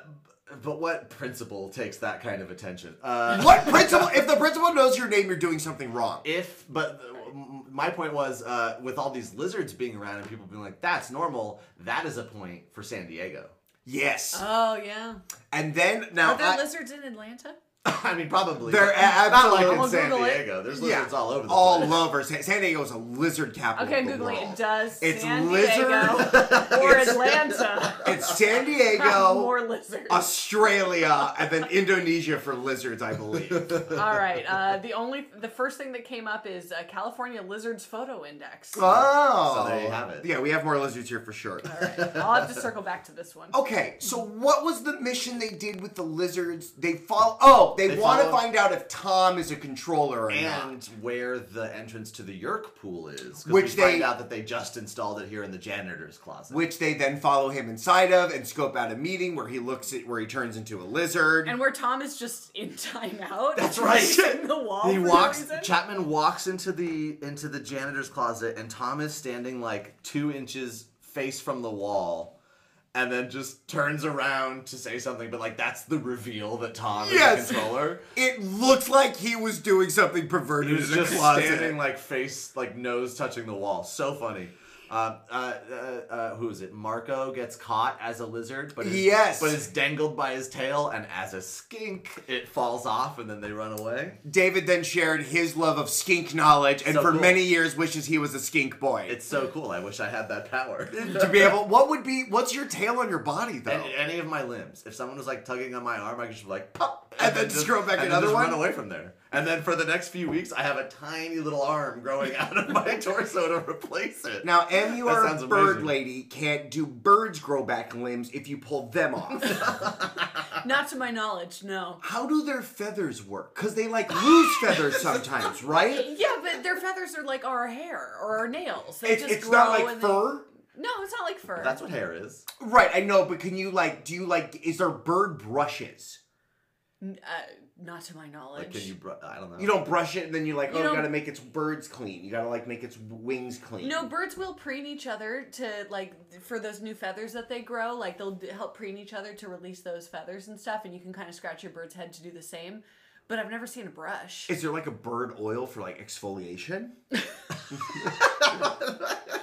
Speaker 3: but what principal takes that kind of attention? Uh,
Speaker 2: What principal? If the principal knows your name, you're doing something wrong.
Speaker 3: if but uh, m- my point was uh, with all these lizards being around and people being like that's normal, that is a point for San Diego.
Speaker 2: Yes.
Speaker 4: Oh yeah.
Speaker 2: And then now
Speaker 4: Are there
Speaker 2: I-
Speaker 4: lizards in Atlanta?
Speaker 3: I mean, probably
Speaker 2: They're a-
Speaker 3: not like
Speaker 2: absolutely-
Speaker 3: in San
Speaker 4: Google it.
Speaker 3: Diego. There's lizards all over the
Speaker 2: all
Speaker 3: place.
Speaker 2: over San, San Diego is a lizard capital.
Speaker 4: Okay, I'm
Speaker 2: of the
Speaker 4: googling.
Speaker 2: world.
Speaker 4: It does
Speaker 2: It's
Speaker 4: San
Speaker 2: lizard.
Speaker 4: Diego or Atlanta?
Speaker 2: It's San
Speaker 4: More
Speaker 2: Diego,
Speaker 4: lizards.
Speaker 2: Australia, and then Indonesia for lizards, I believe.
Speaker 4: All right. Uh, the only the first thing that came up is uh, California lizards photo index.
Speaker 2: Oh,
Speaker 3: So there you have it.
Speaker 2: Yeah, we have more lizards here for sure.
Speaker 4: I'll have to circle back to this one.
Speaker 2: Okay, so what was the mission they did with the lizards? They follow. Oh, they,
Speaker 3: They
Speaker 2: want to
Speaker 3: follow-
Speaker 2: find out if Tom is a controller or not.
Speaker 3: And where the entrance to the Yerk pool is, 'cause
Speaker 2: Which
Speaker 3: we
Speaker 2: they-
Speaker 3: find out that they just installed it here in the janitor's closet.
Speaker 2: Which they then follow him inside of and scope out a meeting where he looks at where he turns into a lizard.
Speaker 4: And where Tom is just in timeout.
Speaker 3: That's right.
Speaker 4: facing the wall.
Speaker 3: He
Speaker 4: for no
Speaker 3: walks.
Speaker 4: reason.
Speaker 3: Chapman walks into the into the janitor's closet, and Tom is standing like two inches face from the wall, and then just turns around to say something. But like that's the reveal that Tom is
Speaker 2: Yes.
Speaker 3: the controller.
Speaker 2: it looked like he was doing something perverted
Speaker 3: He was
Speaker 2: in the
Speaker 3: just
Speaker 2: closet.
Speaker 3: standing like face like nose touching the wall. So funny. Uh, uh, uh, uh, who is it? Marco gets caught as a lizard, but is,
Speaker 2: Yes.
Speaker 3: but is dangled by his tail, and as a skink, it falls off, and then they run away.
Speaker 2: David then shared his love of skink knowledge and
Speaker 3: So
Speaker 2: for
Speaker 3: cool.
Speaker 2: many years wishes he was a skink boy.
Speaker 3: It's so cool. I wish I had that power.
Speaker 2: to be able what would be what's your tail on your body though?
Speaker 3: An- any of my limbs. If someone was like tugging on my arm, I could just be like pop,
Speaker 2: And then just grow back
Speaker 3: and then
Speaker 2: another
Speaker 3: just
Speaker 2: one?
Speaker 3: Run away from there. And then for the next few weeks, I have a tiny little arm growing out of my torso to replace it.
Speaker 2: now M you are
Speaker 3: sounds
Speaker 2: a bird
Speaker 3: amazing.
Speaker 2: lady can't do birds grow back limbs if you pull them off.
Speaker 4: Not to my knowledge, no.
Speaker 2: How do their feathers work? Cause they like lose feathers sometimes, right?
Speaker 4: Yeah, but their feathers are like our hair or our nails. They
Speaker 2: It,
Speaker 4: just
Speaker 2: it's
Speaker 4: grow
Speaker 2: not like
Speaker 4: and they-
Speaker 2: fur.
Speaker 4: No, it's not like fur.
Speaker 3: that's what hair is.
Speaker 2: Right, I know, but can you like do you like is there bird brushes?
Speaker 4: N- uh, not to my knowledge.
Speaker 3: Like, can you? Br- I don't know.
Speaker 2: You don't brush it and then you're like, oh,
Speaker 4: You
Speaker 2: you
Speaker 4: don't-
Speaker 2: gotta make its birds clean. You gotta like make its wings clean.
Speaker 4: No, birds will preen each other to like for those new feathers that they grow. Like they'll d- help preen each other to release those feathers and stuff, and you can kind of scratch your bird's head to do the same. But I've never seen a brush.
Speaker 2: Is there like a bird oil for like exfoliation?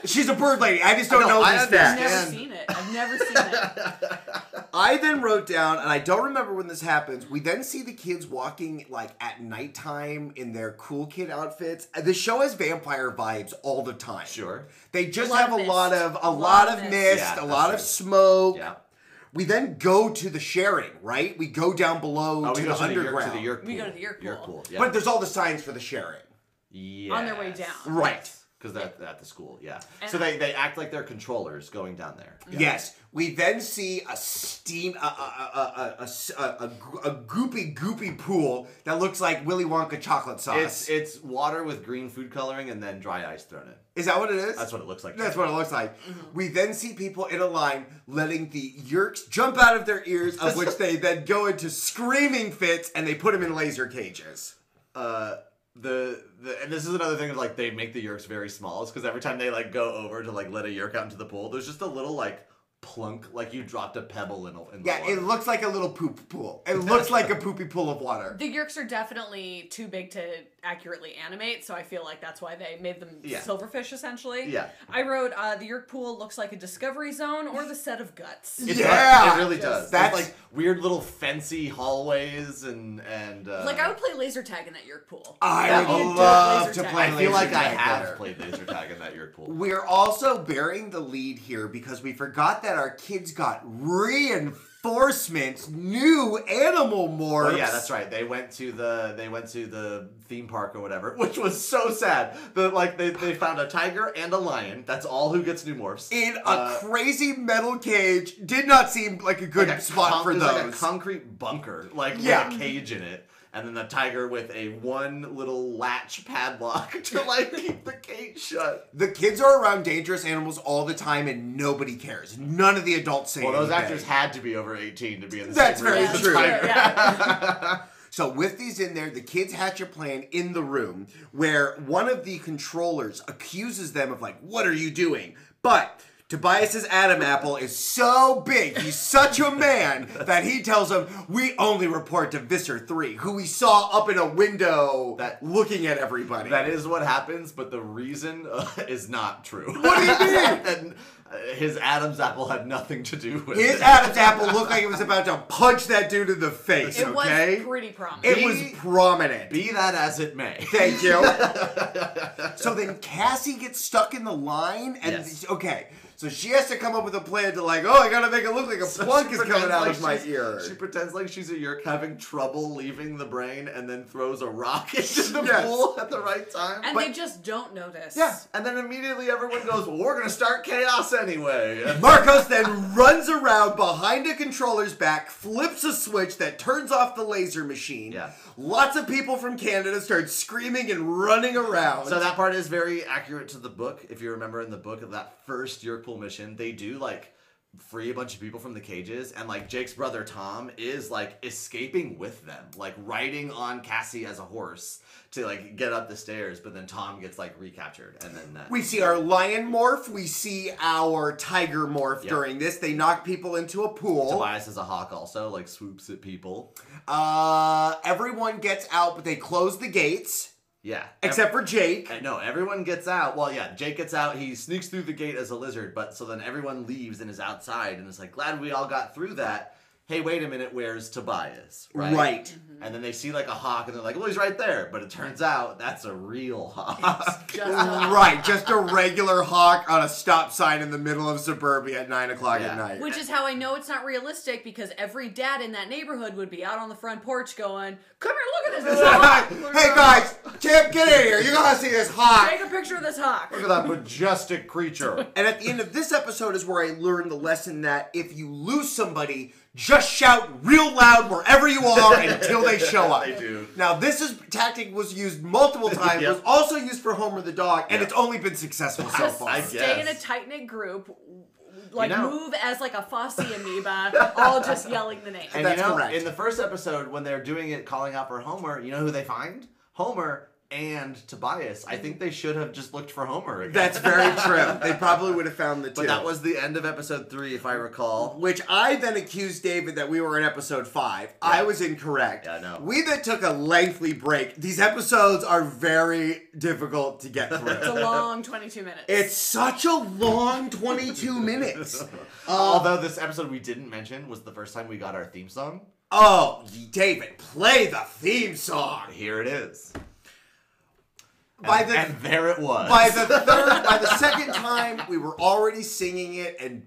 Speaker 2: She's a bird lady. I just don't
Speaker 3: I know,
Speaker 2: know,
Speaker 3: I
Speaker 2: these
Speaker 4: I've
Speaker 3: understand.
Speaker 2: things.
Speaker 4: never
Speaker 3: and-
Speaker 4: seen it. I've never seen it.
Speaker 2: I then wrote down, and I don't remember when this happens. We then see the kids walking like at nighttime in their cool kid outfits. The show has vampire vibes all the time.
Speaker 3: Sure.
Speaker 2: They just
Speaker 4: Lot of
Speaker 2: have a
Speaker 4: mist.
Speaker 2: lot of a
Speaker 4: Lot
Speaker 2: lot
Speaker 4: of
Speaker 2: of
Speaker 4: mist.
Speaker 2: mist,
Speaker 3: Yeah,
Speaker 2: a
Speaker 3: that's
Speaker 2: lot
Speaker 3: right.
Speaker 2: of smoke.
Speaker 3: Yeah.
Speaker 2: We then go to the sharing, right? We go down below
Speaker 3: Oh,
Speaker 2: to
Speaker 3: we
Speaker 2: the
Speaker 3: go to the Yerk,
Speaker 2: underground.
Speaker 3: to the Yerk pool.
Speaker 4: We go to the Yerk
Speaker 3: Yerk
Speaker 4: pool.
Speaker 3: pool. Yeah.
Speaker 2: But there's all the signs for the sharing.
Speaker 4: On their way down.
Speaker 2: Right.
Speaker 3: Because they're at- at the school. Yeah. so they, they act like they're controllers going down there.
Speaker 2: Yes, we then see a steam a a a, a, a, a, a goopy goopy pool that looks like Willy Wonka chocolate sauce.
Speaker 3: It's it's water with green food coloring and then dry ice thrown in.
Speaker 2: is that what it is?
Speaker 3: That's what it looks like.
Speaker 2: That's what it looks like. We then see people in a line letting the yerks jump out of their ears, of which they then go into screaming fits, and they put them in laser cages.
Speaker 3: uh the, the and this is another thing of like they make the yerks very small is because every time they like go over to like let a yerk out into the pool there's just a little like plunk like you dropped a pebble in, a, in the
Speaker 2: Yeah,
Speaker 3: water.
Speaker 2: it looks like a little poop pool. It looks like a poopy pool of water.
Speaker 4: The Yerks are definitely too big to accurately animate, so I feel like that's why they made them
Speaker 3: Yeah.
Speaker 4: silverfish essentially.
Speaker 3: Yeah.
Speaker 4: I wrote uh, the Yerk pool looks like a discovery zone or the set of guts.
Speaker 3: It
Speaker 2: Yeah!
Speaker 3: does. It really does. That's
Speaker 2: That's-
Speaker 3: like weird little fancy hallways and and uh,
Speaker 4: like I would play laser tag in that Yerk pool.
Speaker 2: I
Speaker 3: That
Speaker 2: would
Speaker 3: would be
Speaker 2: love
Speaker 4: laser
Speaker 2: to
Speaker 4: tag.
Speaker 2: play.
Speaker 3: I feel
Speaker 2: laser
Speaker 3: like I
Speaker 2: tag
Speaker 3: have
Speaker 2: there.
Speaker 3: played laser tag in that York pool.
Speaker 2: We're also bearing the lead here because we forgot that our kids got reinforcements, new animal morphs.
Speaker 3: Oh yeah, that's right. They went to the they went to the theme park or whatever, which was so sad. The like they, they found a tiger and a lion. That's all who gets new morphs.
Speaker 2: In a
Speaker 3: Uh,
Speaker 2: crazy metal cage. Did not seem like a good
Speaker 3: like a
Speaker 2: spot
Speaker 3: con-
Speaker 2: for
Speaker 3: it was
Speaker 2: those.
Speaker 3: Like a concrete bunker, like
Speaker 2: Yeah.
Speaker 3: with a cage in it, and then the tiger with a one little latch padlock to like keep the cage shut.
Speaker 2: the kids are around dangerous animals all the time and nobody cares. None of the adults say
Speaker 3: Well, those
Speaker 2: anything.
Speaker 3: actors had to be over eighteen to be in the
Speaker 2: That's
Speaker 3: same room
Speaker 2: very
Speaker 3: as the
Speaker 2: true.
Speaker 3: tiger.
Speaker 4: Yeah.
Speaker 2: So with these in there, the kids hatch a plan in the room where one of the controllers accuses them of like, "What are you doing?" But Tobias's Adam Apple is so big, he's such a man that he tells them, "We only report to Visser Three, who we saw up in a window,
Speaker 3: That-
Speaker 2: looking at everybody."
Speaker 3: That is what happens, but the reason uh, is not true.
Speaker 2: What do you mean?
Speaker 3: and, uh, his Adam's apple had nothing to do with
Speaker 2: His
Speaker 3: it.
Speaker 2: Adam's Apple looked like it was about to punch that dude in the face.
Speaker 4: It
Speaker 2: okay,
Speaker 4: was pretty prominent.
Speaker 2: it was prominent.
Speaker 3: Be that as it may.
Speaker 2: Thank you. so then Cassie gets stuck in the line, and
Speaker 3: Yes.
Speaker 2: okay, so she has to come up with a plan to like, oh, I gotta make it look like a plunk
Speaker 3: She
Speaker 2: is
Speaker 3: pretends
Speaker 2: coming out
Speaker 3: like
Speaker 2: of my
Speaker 3: she's-
Speaker 2: ear.
Speaker 3: She pretends like she's a yerk having trouble leaving the brain and then throws a rock into the
Speaker 2: Yes.
Speaker 3: pool at the right time.
Speaker 4: and
Speaker 3: But-
Speaker 4: they just don't notice.
Speaker 3: yeah, and then immediately everyone goes, well, we're going to start chaos anyway. And
Speaker 2: Marcos then runs around behind a controller's back, flips a switch that turns off the laser machine.
Speaker 3: Yeah.
Speaker 2: Lots of people from Canada start screaming and running around.
Speaker 3: So that part is very accurate to the book. If you remember in the book of that first Yerk pool mission, they do like free a bunch of people from the cages, and like Jake's brother Tom is like escaping with them, like riding on Cassie as a horse to like get up the stairs. But then Tom gets like recaptured, and then that
Speaker 2: We see our lion morph. We see our tiger morph
Speaker 3: Yep.
Speaker 2: during this. They knock people into a pool.
Speaker 3: Tobias is a hawk also, like swoops at people.
Speaker 2: Uh, everyone gets out, but they close the gates
Speaker 3: Yeah,
Speaker 2: except for Jake.
Speaker 3: Uh, No, everyone gets out. Well, yeah, Jake gets out. He sneaks through the gate as a lizard, but so then everyone leaves and is outside, and it's like, glad we all got through that. Hey, wait a minute, where's Tobias? Right.
Speaker 2: Right.
Speaker 3: And then they see like a hawk, and they're like, well, he's right there. But it turns out that's a real hawk.
Speaker 4: Just not-
Speaker 2: right, just a regular hawk on a stop sign in the middle of suburbia at nine o'clock
Speaker 3: Yeah.
Speaker 2: at night.
Speaker 4: Which is how I know it's not realistic because every dad in that neighborhood would be out on the front porch going, Come here, look at this hawk!
Speaker 2: hey guys, Chip, get in here. You gotta see this hawk.
Speaker 4: Take a picture of this hawk.
Speaker 3: Look at that majestic creature.
Speaker 2: And at the end of this episode is where I learned the lesson that if you lose somebody, just shout real loud wherever you are until they show up.
Speaker 3: They do.
Speaker 2: Now this is tactic was used multiple times.
Speaker 3: Yep.
Speaker 2: Was also used for Homer the dog, and
Speaker 3: Yeah.
Speaker 2: it's only been successful so
Speaker 4: Just
Speaker 2: far.
Speaker 3: I
Speaker 4: stay in a
Speaker 3: guess.
Speaker 4: tight knit group, w- like
Speaker 3: know-
Speaker 4: move as like a Fosse amoeba, all just yelling the name.
Speaker 3: And
Speaker 2: That's
Speaker 3: you know,
Speaker 2: correct.
Speaker 3: in the first episode, when they're doing it, calling out for Homer, you know who they find? Homer and Tobias. I think they should have just looked for Homer again.
Speaker 2: That's very true. They probably would have found the two.
Speaker 3: But that was the end of episode three, if I recall.
Speaker 2: which I then accused David that we were in episode five. I was incorrect.
Speaker 3: Yeah, I know.
Speaker 2: We then took a lengthy break. These episodes are very difficult to get
Speaker 4: It's a
Speaker 2: through.
Speaker 4: long 22 minutes.
Speaker 2: it's such a long 22 minutes.
Speaker 3: Although this episode we didn't mention was the first time we got our theme song.
Speaker 2: Oh, ye- David, play the theme song.
Speaker 3: Here it is.
Speaker 2: By
Speaker 3: and,
Speaker 2: the
Speaker 3: and there it was.
Speaker 2: by the third, by the second time, we were already singing it and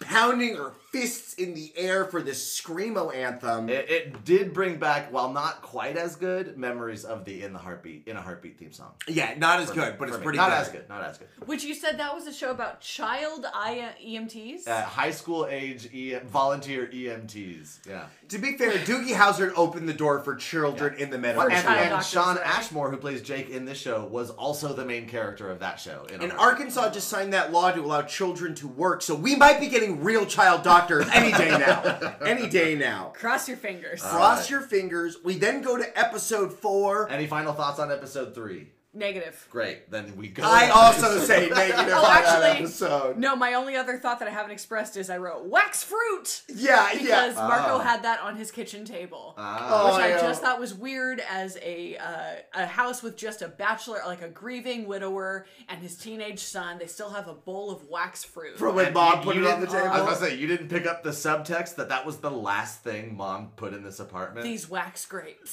Speaker 2: pounding our fists in the air for this screamo anthem.
Speaker 3: it, it did bring back, while not quite as good, memories of the in the heartbeat in a heartbeat theme song.
Speaker 2: yeah, not as
Speaker 3: For me-
Speaker 2: good, but
Speaker 3: for
Speaker 2: it's
Speaker 3: me.
Speaker 2: pretty
Speaker 3: not
Speaker 2: good.
Speaker 3: as good. Not as good.
Speaker 4: Which you said that was a show about child I- E EMTs?
Speaker 3: Uh, high school age e- volunteer EMTs. Yeah.
Speaker 2: To be fair, Doogie Howser opened the door for children in the middle.
Speaker 4: For
Speaker 3: and,
Speaker 4: child
Speaker 3: and
Speaker 4: doctors,
Speaker 3: Sean
Speaker 4: right.
Speaker 3: Ashmore, who plays Jake in this show, was also the main character of that show. In
Speaker 2: And
Speaker 3: America.
Speaker 2: Arkansas just signed that law to allow children to work, so we might be getting real child doctors any day now. any day now.
Speaker 4: Cross your
Speaker 3: Uh,
Speaker 4: fingers.
Speaker 2: Cross your fingers. We then go to episode four.
Speaker 3: Any final thoughts on episode three?
Speaker 4: Negative.
Speaker 3: Great. Then we go.
Speaker 2: I also say negative
Speaker 4: Oh,
Speaker 2: on that
Speaker 4: actually,
Speaker 2: episode.
Speaker 4: No, my only other thought that I haven't expressed is I wrote wax fruit
Speaker 2: yeah, yeah. Ah. Oh,
Speaker 4: because Marco had that on his kitchen table,
Speaker 3: Ah.
Speaker 4: which I
Speaker 2: yeah.
Speaker 4: just thought was weird as a uh, a house with just a bachelor, like a grieving widower and his teenage son. They still have a bowl of wax fruit.
Speaker 2: From when
Speaker 3: And
Speaker 2: mom
Speaker 3: you-
Speaker 2: put
Speaker 3: you
Speaker 2: it on the
Speaker 3: didn't-
Speaker 2: table.
Speaker 3: I was gonna say you didn't pick up the subtext that that was the last thing mom put in this apartment
Speaker 4: these wax grapes.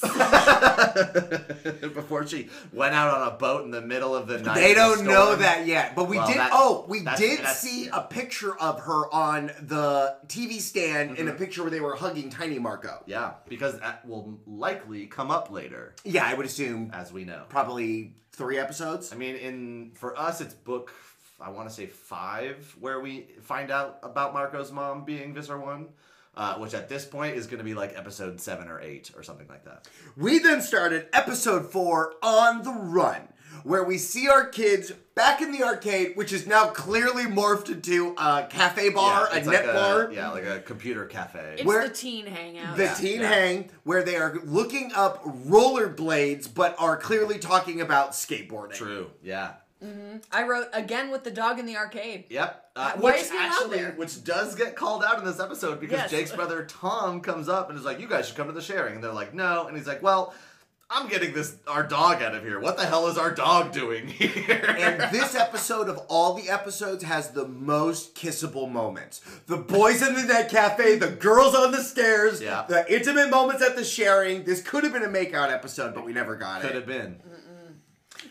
Speaker 3: before she went out on a boat in the middle of the night.
Speaker 2: They
Speaker 3: in a
Speaker 2: don't know
Speaker 3: storm.
Speaker 2: that yet, but we
Speaker 3: Well,
Speaker 2: did.
Speaker 3: that-
Speaker 2: oh, we
Speaker 3: that's-
Speaker 2: did
Speaker 3: that's-
Speaker 2: see
Speaker 3: yeah.
Speaker 2: a picture of her on the TV stand in a picture where they were hugging Tiny Marco. Yeah,
Speaker 3: Mm-hmm. Yeah, because that will likely come up later,
Speaker 2: I would assume
Speaker 3: as we know.
Speaker 2: probably three episodes.
Speaker 3: I mean, in for us, it's book. I want to say five, where we find out about Marco's mom being Visor One, uh, which at this point is going to be like episode seven or eight or something like that.
Speaker 2: We then started episode four on the run, where we see our kids back in the arcade, which is now clearly morphed into a cafe bar,
Speaker 3: yeah,
Speaker 2: a
Speaker 3: it's
Speaker 2: net
Speaker 3: like
Speaker 2: bar.
Speaker 3: Yeah, like a computer cafe.
Speaker 4: It's
Speaker 2: Where-
Speaker 4: the teen hangout.
Speaker 2: The
Speaker 3: Yeah,
Speaker 2: teen
Speaker 3: yeah.
Speaker 2: hang where they are looking up rollerblades, but are clearly talking about skateboarding.
Speaker 3: True. Yeah.
Speaker 4: I wrote again with the dog in the arcade.
Speaker 3: Yep. Uh,
Speaker 4: Why
Speaker 3: which
Speaker 4: is he allowed
Speaker 3: actually,
Speaker 4: there?
Speaker 3: which does get called out in this episode because
Speaker 4: Yes.
Speaker 3: Jake's brother Tom comes up and is like, "You guys should come to the sharing," and they're like, "No," and he's like, "Well." I'm getting this our dog out of here. What the hell is our dog doing here?
Speaker 2: And this episode of all the episodes has the most kissable moments. The boys in the net cafe, the girls on the stairs,
Speaker 3: Yeah.
Speaker 2: the intimate moments at the sharing. This could have been a makeout episode, but we never got
Speaker 3: Could
Speaker 2: it.
Speaker 3: have been.
Speaker 4: Mm-hmm.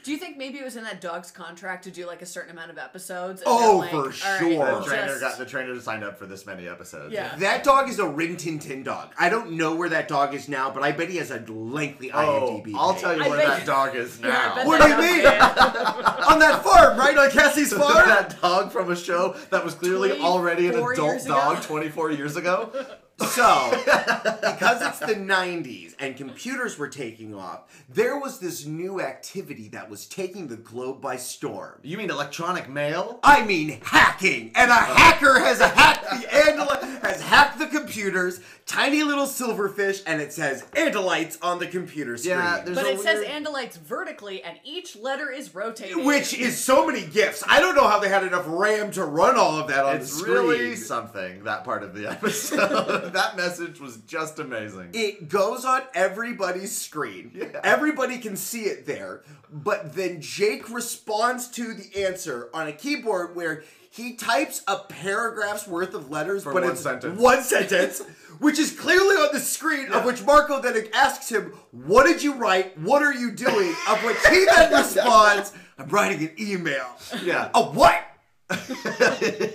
Speaker 4: Do you think maybe it was in that dog's contract to do like a certain amount of episodes? and
Speaker 2: Oh,
Speaker 4: they're like,
Speaker 2: for
Speaker 4: "All right,
Speaker 2: sure.
Speaker 4: we'll
Speaker 3: The trainer
Speaker 4: just-
Speaker 3: got the trainer signed up for this many episodes.
Speaker 4: Yeah.
Speaker 2: That dog is a Rin Tin Tin dog. I don't know where that dog is now, but I bet he has a lengthy
Speaker 3: Oh,
Speaker 2: IMDb.
Speaker 3: I'll
Speaker 2: page.
Speaker 3: tell you
Speaker 4: I
Speaker 3: where
Speaker 4: bet-
Speaker 3: that dog is
Speaker 4: Yeah, I
Speaker 3: now.
Speaker 4: bet
Speaker 2: What
Speaker 4: that
Speaker 2: do you
Speaker 4: dog
Speaker 2: mean?
Speaker 4: did.
Speaker 2: on that farm, right on Cassie's farm.
Speaker 3: that dog from a show that was clearly already an
Speaker 4: 24
Speaker 3: adult
Speaker 4: years ago.
Speaker 3: dog 24 years ago.
Speaker 2: So, because it's the 90s and computers were taking off, there was this new activity that was taking the globe by storm.
Speaker 3: You mean electronic mail?
Speaker 2: I mean hacking, and a
Speaker 3: Uh-huh.
Speaker 2: hacker has hacked the Andalite, has hacked the computers. Tiny little silverfish, and it says Andalites on the computer screen.
Speaker 3: Yeah, there's
Speaker 4: But
Speaker 3: a
Speaker 4: it says
Speaker 3: weird-
Speaker 4: Andalites vertically, and each letter is rotated.
Speaker 2: which is so many gifts. I don't know how they had enough RAM to run all of that on the
Speaker 3: It's
Speaker 2: screen.
Speaker 3: really something, that part of the episode. that message was just amazing.
Speaker 2: it goes on everybody's screen. Everybody can see it there. But then Jake responds to the answer on a keyboard where he types a paragraph's worth of letters, but
Speaker 3: one
Speaker 2: it's
Speaker 3: sentence.
Speaker 2: one sentence, which is clearly on the screen. Of which Marco then asks him, "What did you write? What are you doing?" Of which he then responds, "I'm writing an email."
Speaker 3: Yeah.
Speaker 2: A what?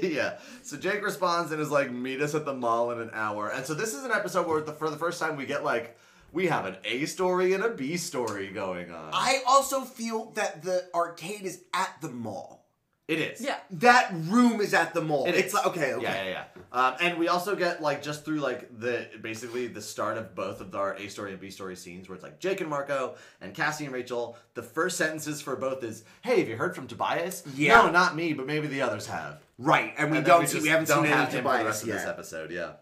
Speaker 3: yeah. So Jake responds and is like, "Meet us at the mall in an hour." And so this is an episode where, the, for the first time, we get like, we have an A story and a B story going on.
Speaker 2: I also feel that the arcade is at the mall.
Speaker 3: it is.
Speaker 4: Yeah.
Speaker 2: That room is at the mall.
Speaker 3: It
Speaker 2: it's
Speaker 3: is.
Speaker 2: like okay, okay.
Speaker 3: Yeah, yeah, yeah. Um, and we also get like just through like the basically the start of both of our A story and B story scenes, where it's like Jake and Marco and Cassie and Rachel. The first sentences for both is, "Hey, have you heard from Tobias?"
Speaker 2: Yeah.
Speaker 3: No, not me, but maybe the others have.
Speaker 2: Right, and we
Speaker 3: And then
Speaker 2: don't see,
Speaker 3: just
Speaker 2: we haven't
Speaker 3: don't
Speaker 2: seen
Speaker 3: have
Speaker 2: any
Speaker 3: him for the
Speaker 2: Tobias
Speaker 3: rest of this
Speaker 2: yet.
Speaker 3: episode. Yeah.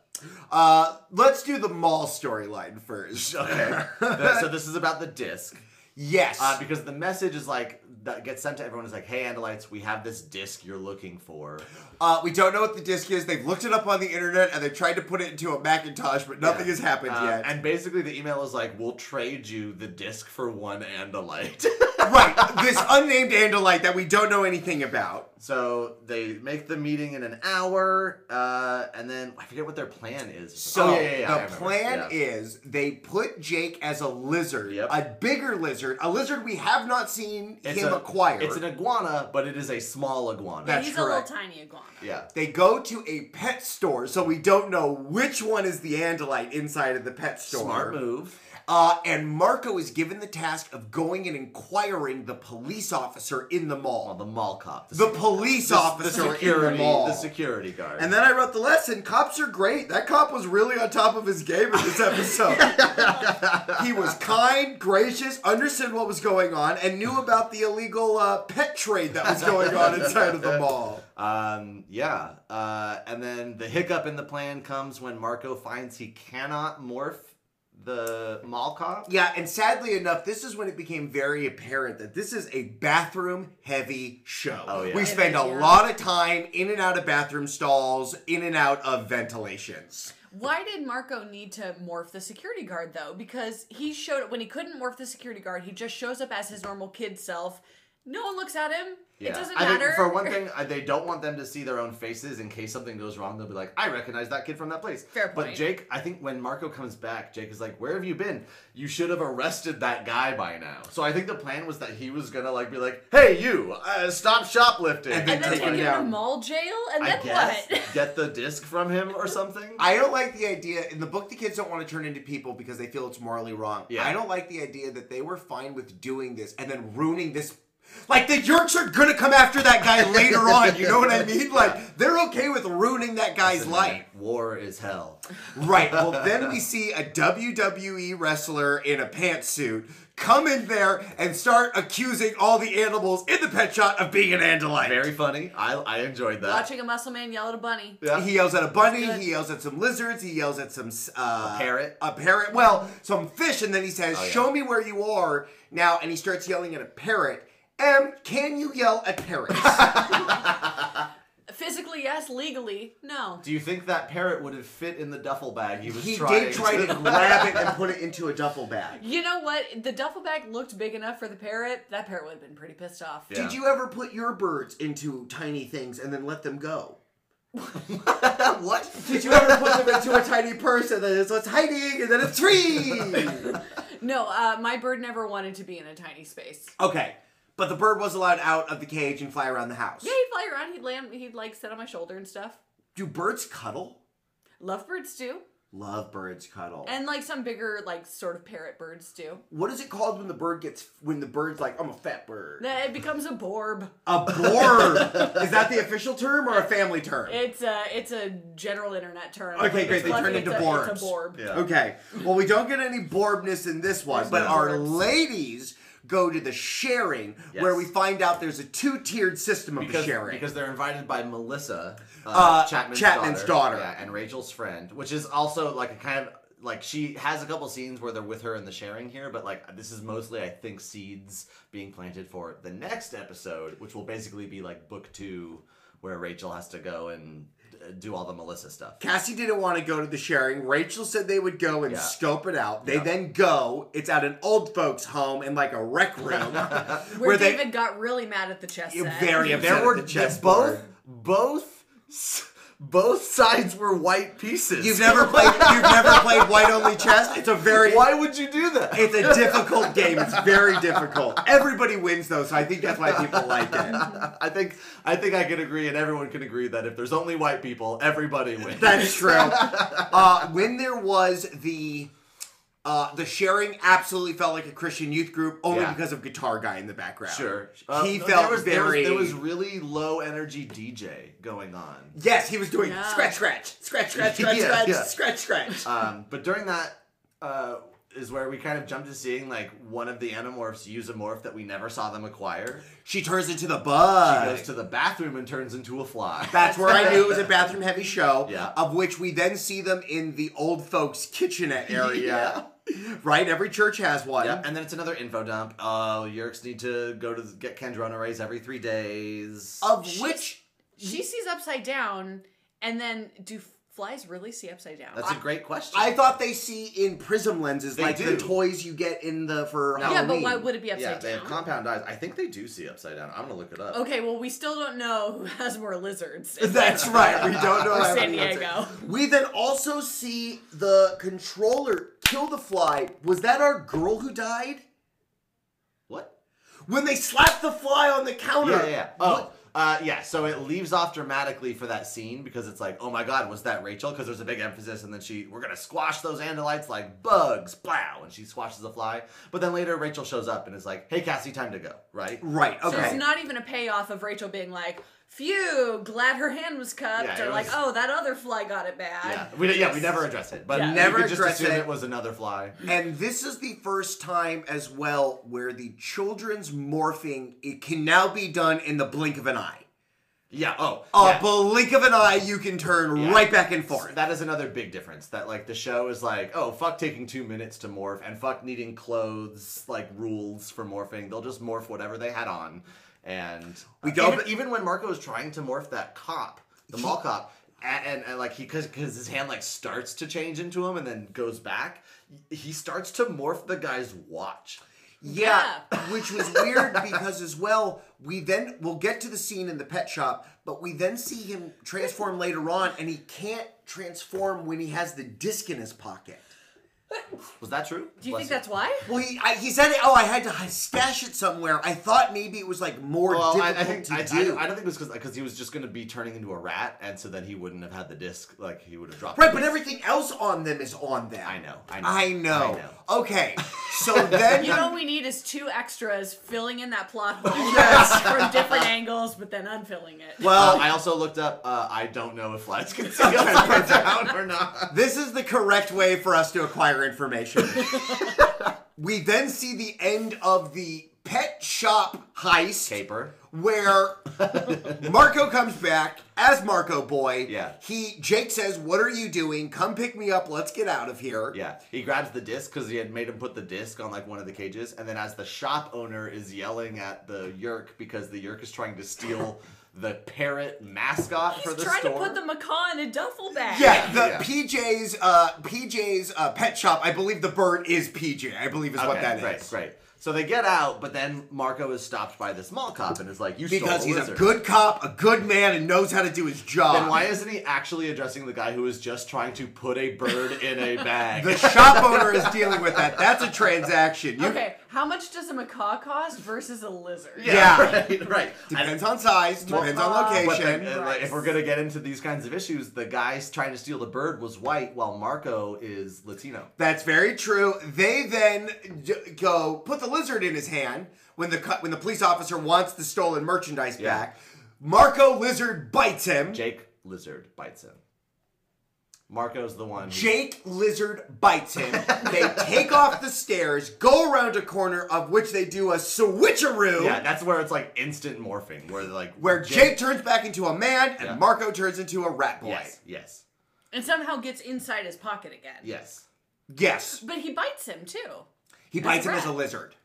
Speaker 2: Uh, let's do the mall storyline first.
Speaker 3: Okay. The- so this is about the disc.
Speaker 2: yes.
Speaker 3: Uh, because the message is like that gets sent to everyone is like, "Hey, Andalites, we have this disc you're looking for."
Speaker 2: Uh, we don't know what the disc is. They've looked it up on the internet and they tried to put it into a Macintosh, but nothing has happened
Speaker 3: Uh,
Speaker 2: yet.
Speaker 3: And basically, the email is like, "We'll trade you the disc for one Andalite."
Speaker 2: right, this unnamed Andalite that we don't know anything about.
Speaker 3: so they make the meeting in an hour, uh, and then I forget what their plan is.
Speaker 2: So
Speaker 3: Oh, yeah, yeah, yeah, I
Speaker 2: the
Speaker 3: remember.
Speaker 2: plan
Speaker 3: Yeah.
Speaker 2: is they put Jake as a lizard,
Speaker 3: Yep.
Speaker 2: a bigger lizard, a lizard we have not seen
Speaker 3: It's
Speaker 2: him
Speaker 3: a-
Speaker 2: acquire.
Speaker 3: It's an iguana, but it is a small iguana.
Speaker 4: Yeah,
Speaker 2: That's
Speaker 4: he's a
Speaker 2: correct.
Speaker 4: little tiny iguana.
Speaker 3: yeah.
Speaker 2: They go to a pet store, so we don't know which one is the Andalite inside of the pet store.
Speaker 3: Smart move.
Speaker 2: Uh, and Marco is given the task of going and inquiring the police officer in the
Speaker 3: Well,
Speaker 2: mall.
Speaker 3: the mall cop.
Speaker 2: Oh, The police officer in
Speaker 3: security,
Speaker 2: the mall.
Speaker 3: the security guard.
Speaker 2: and then I wrote the lesson. Cops are great. That cop was really on top of his game in this episode. he was kind, gracious, understood what was going on, and knew about the illegal uh, pet trade that was going on inside of the mall.
Speaker 3: Um, yeah. Uh, and then the hiccup in the plan comes when Marco finds he cannot morph the mall cop.
Speaker 2: Yeah, and sadly enough, this is when it became very apparent that this is a bathroom heavy show.
Speaker 3: Oh, yeah.
Speaker 2: We
Speaker 3: It
Speaker 2: spend
Speaker 4: is,
Speaker 2: a
Speaker 4: yeah.
Speaker 2: lot of time in and out of bathroom stalls, in and out of ventilations.
Speaker 4: Why did Marco need to morph the security guard though? Because he showed up when he couldn't morph the security guard, he just shows up as his normal kid self. No one looks at him. It doesn't
Speaker 3: I
Speaker 4: matter.
Speaker 3: Think for one thing, I- they don't want them to see their own faces in case something goes wrong. They'll be like, "I recognize that kid from that place."
Speaker 4: Fair
Speaker 3: But
Speaker 4: point.
Speaker 3: Jake, I think when Marco comes back, Jake is like, "Where have you been? You should have arrested that guy by now." So I think the plan was that he was gonna like be like, "Hey, you, uh, stop shoplifting,"
Speaker 2: And
Speaker 4: and then
Speaker 2: Take
Speaker 4: take
Speaker 2: him
Speaker 4: him to
Speaker 2: down.
Speaker 4: mall jail, and
Speaker 3: I
Speaker 4: then
Speaker 3: guess
Speaker 4: what?
Speaker 3: get the disc from him or something.
Speaker 2: I don't like the idea in the book. The kids don't want to turn into people because they feel it's morally wrong.
Speaker 3: Yeah.
Speaker 2: I don't like the idea that they were fine with doing this and then ruining this. Like the Yerks are gonna come after that guy later on. You know what I mean? Like they're okay with ruining that guy's
Speaker 3: Listen,
Speaker 2: life.
Speaker 3: man, War is hell.
Speaker 2: Right. Well, then we see a WWE wrestler in a pantsuit come in there and start accusing all the animals in the pet shop of being an Andalite.
Speaker 3: Very funny. I I enjoyed that.
Speaker 4: Watching a muscle man yell at a bunny.
Speaker 3: Yeah.
Speaker 2: He yells at a bunny.
Speaker 4: Good.
Speaker 2: He yells at some lizards. He yells at some uh,
Speaker 3: A parrot.
Speaker 2: A parrot. Well, some fish, and then he says,
Speaker 3: Oh, yeah.
Speaker 2: "Show me where you are now." And he starts yelling at a parrot. M, can you yell at parrots?
Speaker 4: Physically, yes. Legally, no.
Speaker 3: Do you think that parrot would have fit in the duffel bag he was
Speaker 2: he
Speaker 3: trying
Speaker 2: did try to grab it and put it into a duffel bag.
Speaker 4: You know what? The duffel bag looked big enough for the parrot. That parrot would have been pretty pissed off.
Speaker 3: Yeah.
Speaker 2: Did you ever put your birds into tiny things and then let them go?
Speaker 3: what?
Speaker 2: Did you ever put them into a tiny purse and then it's what's hiding and then a tree?
Speaker 4: No, uh, my bird never wanted to be in a tiny space.
Speaker 2: okay, but the bird was allowed out of the cage and fly around the house.
Speaker 4: Yeah, he'd fly around. He'd land. He'd like sit on my shoulder and stuff.
Speaker 2: Do birds cuddle?
Speaker 4: Lovebirds do,
Speaker 2: Love birds cuddle.
Speaker 4: and like some bigger, like sort of parrot birds do.
Speaker 2: what is it called when the bird gets when the bird's like I'm a fat bird?
Speaker 4: Then It becomes a borb.
Speaker 2: A bird is that the official term or a family term?
Speaker 4: It's a it's a general internet term.
Speaker 2: Okay, great, they
Speaker 4: Lucky
Speaker 2: turn
Speaker 4: it's
Speaker 2: into
Speaker 4: a-
Speaker 2: borbs.
Speaker 4: It's a borb.
Speaker 3: Yeah.
Speaker 2: Okay. Well, we don't get any borbness in this one, but
Speaker 4: no
Speaker 2: our
Speaker 4: borbs.
Speaker 2: ladies go to the sharing
Speaker 3: Yes.
Speaker 2: where we find out there's a two-tiered system of
Speaker 3: because,
Speaker 2: the sharing.
Speaker 3: because they're invited by Melissa uh,
Speaker 2: Uh,
Speaker 3: Chapman's,
Speaker 2: Chapman's daughter.
Speaker 3: Yeah, and Rachel's friend, which is also like a kind of like she has a couple scenes where they're with her in the sharing here, but like this is mostly I think seeds being planted for the next episode, which will basically be like book two, where Rachel has to go and uh, do all the Melissa stuff.
Speaker 2: Cassie didn't want to go to the sharing. Rachel said they would go and
Speaker 3: Yeah.
Speaker 2: scope it out. They then go. It's at an old folks' home in like a rec room
Speaker 4: Where,
Speaker 2: where they
Speaker 4: David got really mad at the chess
Speaker 2: You're
Speaker 4: set.
Speaker 2: very upset.
Speaker 3: There
Speaker 2: at
Speaker 3: were
Speaker 2: the
Speaker 3: just
Speaker 2: chessboard.
Speaker 3: both both s- both sides were white pieces.
Speaker 2: You've never played. You've never played white only chess. It's a very.
Speaker 3: Why would you do that?
Speaker 2: It's a difficult game. It's very difficult. Everybody wins though, so I think that's why people like it.
Speaker 3: I think I think I can agree, and everyone can agree that if there's only white people, everybody wins.
Speaker 2: That's true. Uh, when there was the. Uh, the sharing absolutely felt like a Christian youth group only
Speaker 3: Yeah.
Speaker 2: because of guitar guy in the background.
Speaker 3: sure. Uh,
Speaker 2: he
Speaker 3: no,
Speaker 2: felt
Speaker 3: there was,
Speaker 2: very.
Speaker 3: There was, there was really low energy DJ going on.
Speaker 2: Yes, he was doing
Speaker 4: Yeah.
Speaker 2: scratch, scratch, scratch, scratch, scratch,
Speaker 3: Yeah,
Speaker 2: scratch,
Speaker 3: yeah.
Speaker 2: scratch, scratch.
Speaker 3: Um, but during that uh, is where we kind of jump to seeing like one of the animorphs use a morph that we never saw them acquire.
Speaker 2: She turns into the bug.
Speaker 3: Goes to the bathroom and turns into a fly.
Speaker 2: That's where I knew it was a bathroom heavy show.
Speaker 3: Yeah.
Speaker 2: Of which we then see them in the old folks' kitchenette area. Right? Every church has one.
Speaker 3: Yep, and then it's another info dump. Uh, Yerks need to go to get Kendrona rays every three days.
Speaker 2: Of
Speaker 4: She's-
Speaker 2: which
Speaker 4: She sees upside down, and then do flies really see upside down?
Speaker 3: That's a great question.
Speaker 2: I thought they see in prism lenses,
Speaker 3: They
Speaker 2: like the
Speaker 3: do.
Speaker 2: toys you get in the for
Speaker 3: No.
Speaker 4: yeah,
Speaker 2: Halloween.
Speaker 4: but why would it be
Speaker 3: yeah,
Speaker 4: upside
Speaker 3: they have
Speaker 4: down? Oh.
Speaker 3: compound eyes. I think they do see upside down. I'm gonna look it up.
Speaker 4: okay, well we still don't know who has more lizards.
Speaker 2: That's right. We don't know.
Speaker 4: Or
Speaker 2: how
Speaker 4: San
Speaker 2: many that's
Speaker 4: Diego.
Speaker 2: it. We then also see the controller kill the fly. Was that our girl who died?
Speaker 3: What?
Speaker 2: When they slapped the fly on the counter.
Speaker 3: Yeah, yeah. yeah. Oh, uh, yeah. So it leaves off dramatically for that scene because it's like, oh my god, was that Rachel? Because there's a big emphasis, and then she, we're gonna squash those Andalites like bugs, blow, and she squashes the fly. But then later, Rachel shows up and is like, hey, Cassie, time to go, right?
Speaker 2: Right.
Speaker 4: So it's
Speaker 2: Okay.
Speaker 4: not even a payoff of Rachel being like, "Phew, glad her hand was cupped,"
Speaker 3: Yeah, it
Speaker 4: or like,
Speaker 3: was-
Speaker 4: "Oh, that other fly got it bad."
Speaker 3: Yeah, we yeah we never address it, but
Speaker 4: Yeah.
Speaker 3: you
Speaker 2: Never
Speaker 3: could just
Speaker 2: address
Speaker 3: assume
Speaker 2: it.
Speaker 3: it was another fly.
Speaker 2: And this is the first time as well where the children's morphing it can now be done in the blink of an eye.
Speaker 3: Yeah. Oh.
Speaker 2: Uh,
Speaker 3: yeah.
Speaker 2: But a blink of an eye, you can turn
Speaker 3: Yeah.
Speaker 2: right back and forth.
Speaker 3: That is another big difference. That like the show is like, oh fuck, taking two minutes to morph, and fuck needing clothes like rules for morphing. They'll just morph whatever they had on, and
Speaker 2: We
Speaker 3: uh,
Speaker 2: go-
Speaker 3: even, even when Marco is trying to morph that cop, the mall cop, and, and, and like he because because his hand like starts to change into him and then goes back. He starts to morph the guy's watch.
Speaker 2: Yeah, which was weird because as well, we then we'll get to the scene in the pet shop, but we then see him transform later on, and he can't transform when he has the disc in his pocket.
Speaker 3: Was that true?
Speaker 4: Do you
Speaker 3: Bless
Speaker 4: think that's why?
Speaker 2: Well, he, I, he said, "Oh, I had to hi- stash it somewhere." I thought maybe it was like more
Speaker 3: Well, I,
Speaker 2: difficult
Speaker 3: I think
Speaker 2: to
Speaker 3: I, I,
Speaker 2: do.
Speaker 3: don't- I don't think it was because he was just going to be turning into a rat, and so then he wouldn't have had the disc. Like he would have dropped.
Speaker 2: right,
Speaker 3: the
Speaker 2: but
Speaker 3: disc.
Speaker 2: everything else on them is on them.
Speaker 3: I know, I know,
Speaker 2: I know.
Speaker 3: I know.
Speaker 2: Okay, so then
Speaker 4: You know what we need is two extras filling in that plot hole from different angles, but then unfilling it.
Speaker 3: Uh,
Speaker 2: well,
Speaker 3: I also looked up. Uh, I don't know if lights can see upside down or not.
Speaker 2: This is the correct way for us to acquire information. we then see the end of the pet shop heist
Speaker 3: Caper.
Speaker 2: where Marco comes back as Marco boy.
Speaker 3: Yeah.
Speaker 2: He Jake says, "What are you doing? Come pick me up. Let's get out of here."
Speaker 3: Yeah, he grabs the disc because he had made him put the disc on like one of the cages, and then as the shop owner is yelling at the Yerk because the Yerk is trying to steal the parrot mascot for
Speaker 4: He's
Speaker 3: the
Speaker 4: trying
Speaker 3: store.
Speaker 4: to put the macaw in a duffel bag.
Speaker 2: Yeah, the
Speaker 3: Yeah.
Speaker 2: PJ's uh, PJ's uh, pet shop. I believe the bird is PJ. I believe is what
Speaker 3: Okay,
Speaker 2: that is.
Speaker 3: great, Great. So they get out, but then Marco is stopped by this mall cop and is like, "You
Speaker 2: Because
Speaker 3: stole
Speaker 2: he's
Speaker 3: a
Speaker 2: a
Speaker 3: lizard."
Speaker 2: good cop, a good man, and knows how to do his job.
Speaker 3: Then why isn't he actually addressing the guy who is just trying to put a bird in a bag?
Speaker 2: The shop owner is dealing with that. That's a transaction. You,
Speaker 4: Okay, how much does a macaw cost versus a lizard?
Speaker 2: Yeah.
Speaker 3: right. right.
Speaker 2: Depends on size. Depends
Speaker 3: Well,
Speaker 2: on
Speaker 3: But
Speaker 2: location.
Speaker 3: then, uh, like, if we're gonna get into these kinds of issues, the guys trying to steal the bird was white, while Marco is Latino.
Speaker 2: That's very true. They then j- go put the lizard in his hand when the cu- when the police officer wants the stolen merchandise
Speaker 3: Yeah.
Speaker 2: back. Marco Lizard bites him.
Speaker 3: Jake Lizard bites him. Marco's the one. who-
Speaker 2: Jake Lizard bites him. they take off the stairs, go around a corner of which they do a switcheroo.
Speaker 3: Yeah, that's where it's like instant morphing, where like
Speaker 2: Where Jake turns back into a man and
Speaker 3: Yeah.
Speaker 2: Marco turns into a rat boy.
Speaker 3: Yes. Yes.
Speaker 4: And somehow gets inside his pocket again.
Speaker 3: Yes.
Speaker 2: Yes.
Speaker 4: But he bites him too.
Speaker 2: He bites him
Speaker 4: rat.
Speaker 2: as a lizard.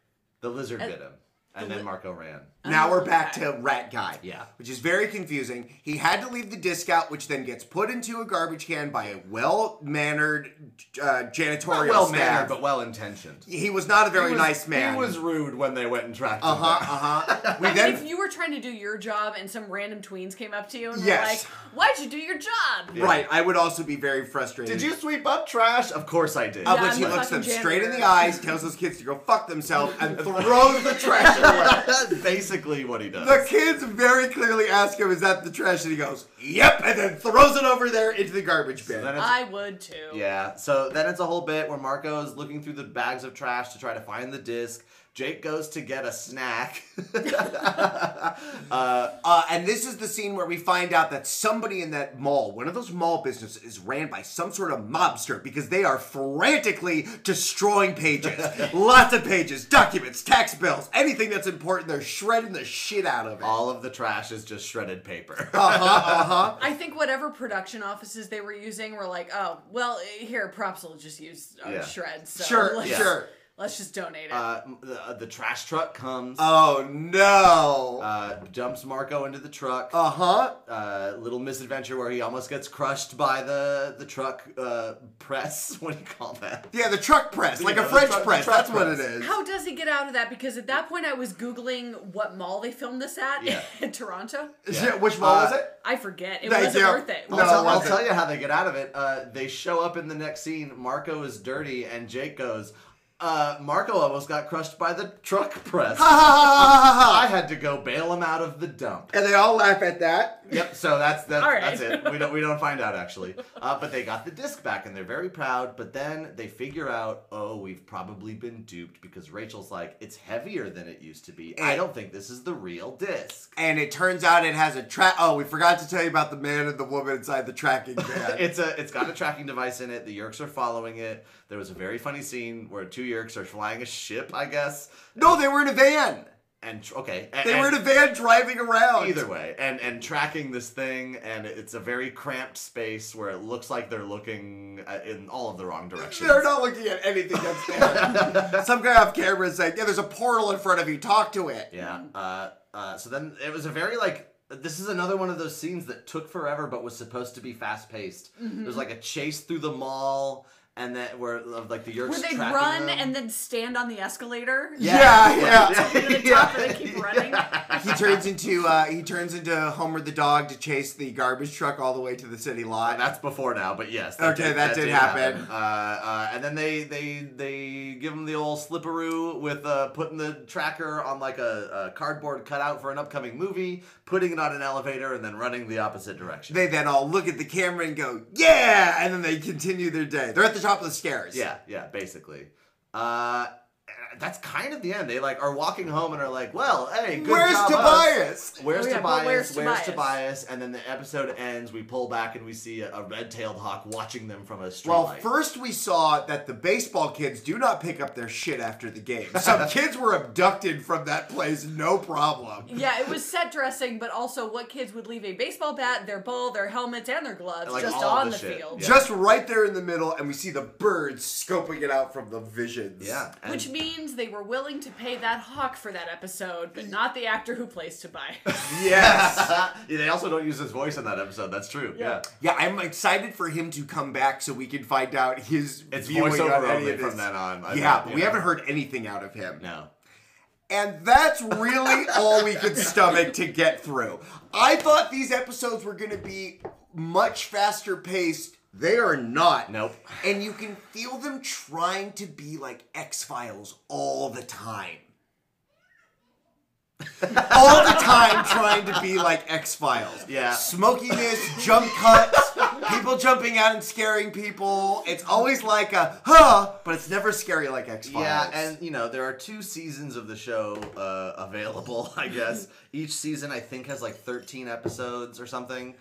Speaker 3: The lizard bit him, and then Marco ran.
Speaker 2: Now we're back to Rat Guy.
Speaker 3: Yeah.
Speaker 2: Which is very confusing. He had to leave the disc out, which then gets put into a garbage can by a well mannered uh, janitorial
Speaker 3: Well
Speaker 2: staff.
Speaker 3: mannered, but well intentioned.
Speaker 2: he was not a very nice man.
Speaker 3: He was rude when they went and tracked
Speaker 2: Uh huh,
Speaker 3: him.
Speaker 2: uh
Speaker 3: down.
Speaker 2: huh. We
Speaker 4: I mean, if
Speaker 2: then.
Speaker 4: you were trying to do your job and some random tweens came up to you and
Speaker 2: Yes.
Speaker 4: were like, "Why'd you do your job?"
Speaker 2: Right, I would also be very frustrated.
Speaker 3: Did you sweep up trash? Of course I did.
Speaker 2: Of
Speaker 4: Yeah,
Speaker 2: which
Speaker 4: I'm
Speaker 2: he
Speaker 4: the
Speaker 2: looks them
Speaker 4: fucking
Speaker 2: straight in the
Speaker 4: janitor.
Speaker 2: eyes, tells those kids to go fuck themselves, and throws the trash away.
Speaker 3: That's basically what he does.
Speaker 2: The kids very clearly ask him, Is that the trash? And he goes, Yep, and then throws it over there into the garbage bin.
Speaker 3: Then it's-
Speaker 4: I would too.
Speaker 3: Yeah. So then it's a whole bit where Marco is looking through the bags of trash to try to find the disc. Jake goes to get a snack.
Speaker 2: Uh, and this is the scene where we find out that somebody in that mall, one of those mall businesses, is ran by some sort of mobster because they are frantically destroying pages. Lots of pages, documents, tax bills, anything that's important, they're shredding the shit out of it.
Speaker 3: All of the trash is just shredded paper.
Speaker 2: Uh-huh.
Speaker 4: I think whatever production offices they were using were like, "Oh, well, here props will just use uh,
Speaker 3: Yeah.
Speaker 4: shreds." So
Speaker 2: Sure,
Speaker 4: let's,
Speaker 2: sure.
Speaker 4: Let's just donate it.
Speaker 3: Uh, the, uh, the trash truck comes,
Speaker 2: Oh no.
Speaker 3: uh, dumps Marco into the truck.
Speaker 2: Uh huh.
Speaker 3: Uh, little misadventure where he almost gets crushed by the the truck uh, press. What do you call that?
Speaker 2: Yeah, the truck press, like
Speaker 3: Yeah,
Speaker 2: a
Speaker 3: the
Speaker 2: French
Speaker 3: truck- the
Speaker 2: press.
Speaker 3: truck
Speaker 2: That's what it
Speaker 3: press.
Speaker 2: is.
Speaker 4: How does he get out of that? Because at that point, I was googling what mall they filmed this at
Speaker 3: Yeah.
Speaker 4: in Toronto.
Speaker 3: Yeah.
Speaker 2: Which mall
Speaker 3: Uh,
Speaker 2: was it?
Speaker 4: I forget. It
Speaker 2: Thank
Speaker 4: wasn't
Speaker 2: you.
Speaker 4: worth it.
Speaker 2: No,
Speaker 3: I'll, tell,
Speaker 2: it
Speaker 3: I'll
Speaker 2: wasn't.
Speaker 3: tell you how they get out of it. Uh, they show up in the next scene. Marco is dirty, and Jake goes, uh, "Marco almost got crushed by the truck press.
Speaker 2: Ah,
Speaker 3: I had to go bail him out of the dump."
Speaker 2: And they all laugh at that.
Speaker 3: Yep. So that's that's,
Speaker 4: All right.
Speaker 3: that's it. We don't we don't find out actually. Uh, but they got the disc back, and they're very proud. But then they figure out, oh, we've probably been duped because Rachel's like, it's heavier than it used to be. I don't think this is the real disc.
Speaker 2: And it turns out it has a track. Oh, we forgot to tell you about the man and the woman inside the tracking van.
Speaker 3: It's a it's got a tracking device in it. The Yerks are following it. There was a very funny scene where two Yerks are flying a ship, I guess.
Speaker 2: No, they were in a van.
Speaker 3: and tr- okay, a-
Speaker 2: They were in
Speaker 3: and-
Speaker 2: a van driving around.
Speaker 3: either way and and tracking this thing and it's a very cramped space where it looks like they're looking uh, in all of the wrong directions
Speaker 2: They're not looking at anything that's there. Some guy off camera is like, yeah, there's a portal in front of you. Talk to it.
Speaker 3: yeah uh, uh, so then it was a very like this is another one of those scenes that took forever but was supposed to be fast paced It was like a chase through the mall and that where of like the Yerks
Speaker 4: Where they'd
Speaker 3: tracking
Speaker 4: run
Speaker 3: them.
Speaker 4: and then stand on the escalator.
Speaker 2: Yeah, yeah.
Speaker 4: To the top and then keep running.
Speaker 2: He turns into uh, he turns into Homer the dog to chase the garbage truck all the way to the city lot.
Speaker 3: That's before now, but yes.
Speaker 2: Okay, that did happen.
Speaker 3: Uh, uh, and then they they they give him the old slipperoo with uh, putting the tracker on like a, a cardboard cutout for an upcoming movie, putting it on an elevator, and then running the opposite direction.
Speaker 2: They then all look at the camera and go, "Yeah!" and then they continue their day. They're at the top of the stairs.
Speaker 3: yeah, yeah, basically. Uh, that's kind of the end. They like are walking home and are like, "Well, hey, good
Speaker 2: Where's
Speaker 3: job, us."
Speaker 2: Tobias?
Speaker 3: Where's,
Speaker 4: Oh, yeah, but
Speaker 3: Tobias?
Speaker 4: where's
Speaker 3: Where's
Speaker 4: Tobias?
Speaker 3: Tobias? And then the episode ends. We pull back and we see a, a red-tailed hawk watching them from a street
Speaker 2: Well,
Speaker 3: light.
Speaker 2: first we saw that the baseball kids do not pick up their shit after the game. Some kids were abducted from that place, no problem.
Speaker 4: Yeah, it was set dressing, but also what kids would leave a baseball bat, their ball, their helmets, and their gloves
Speaker 3: Like
Speaker 4: just
Speaker 3: all of
Speaker 4: on
Speaker 3: the
Speaker 4: the,
Speaker 3: shit.
Speaker 4: field.
Speaker 3: Yeah.
Speaker 2: Just right there in the middle, and we see the birds scoping it out from the visions.
Speaker 3: yeah, and-
Speaker 4: Which means they were willing to pay that hawk for that episode, but not the actor who plays Tobias.
Speaker 2: Yes.
Speaker 3: yeah, they also don't use his voice in that episode. That's true. Yeah.
Speaker 2: yeah,
Speaker 4: Yeah.
Speaker 2: I'm excited for him to come back so we can find out his
Speaker 3: It's
Speaker 2: viewing
Speaker 3: voiceover
Speaker 2: on any
Speaker 3: only
Speaker 2: of
Speaker 3: from
Speaker 2: this.
Speaker 3: then on, I
Speaker 2: yeah,
Speaker 3: bet,
Speaker 2: but
Speaker 3: you
Speaker 2: we
Speaker 3: know.
Speaker 2: haven't heard anything out of him.
Speaker 3: No.
Speaker 2: And that's really all we could stomach to get through. I thought these episodes were going to be much faster paced. They are not.
Speaker 3: Nope.
Speaker 2: And you can feel them trying to be like X Files all the time. all the time trying to be like X Files.
Speaker 3: Yeah.
Speaker 2: Smokiness, jump cuts, people jumping out and scaring people. It's always like a, huh, but it's never scary like X Files.
Speaker 3: Yeah, and you know there are two seasons of the show uh, available. I guess each season I think has like thirteen episodes or something.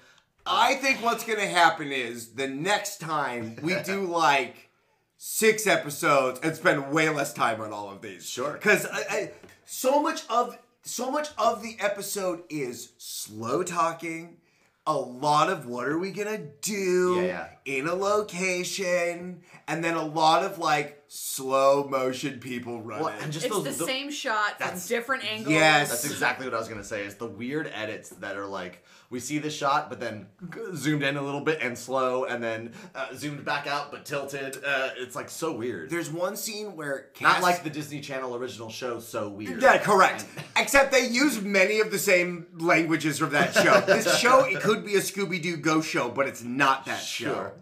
Speaker 2: I think what's gonna happen is the next time we do like six episodes and spend way less time on all of these.
Speaker 3: Sure.
Speaker 2: because I, I, so much of so much of the episode is slow talking. A lot of what are we gonna do
Speaker 3: Yeah, yeah.
Speaker 2: in a location, and then a lot of like slow motion people running.
Speaker 3: Well, and just
Speaker 4: it's
Speaker 3: those,
Speaker 4: the,
Speaker 3: tho-
Speaker 4: same shot from
Speaker 3: that's-
Speaker 4: different angles.
Speaker 2: yes.
Speaker 3: That's exactly what I was gonna say. It's the weird edits that are like we see the shot, but then g- zoomed in a little bit and slow, and then uh, zoomed back out but tilted. Uh, it's like so weird.
Speaker 2: There's one scene where
Speaker 3: Not
Speaker 2: Cass-
Speaker 3: like the Disney Channel original show. So weird.
Speaker 2: Yeah, correct. Except they use many of the same languages from that show. this show, it could be a Scooby Doo Go show, but it's not that show.
Speaker 3: Sure.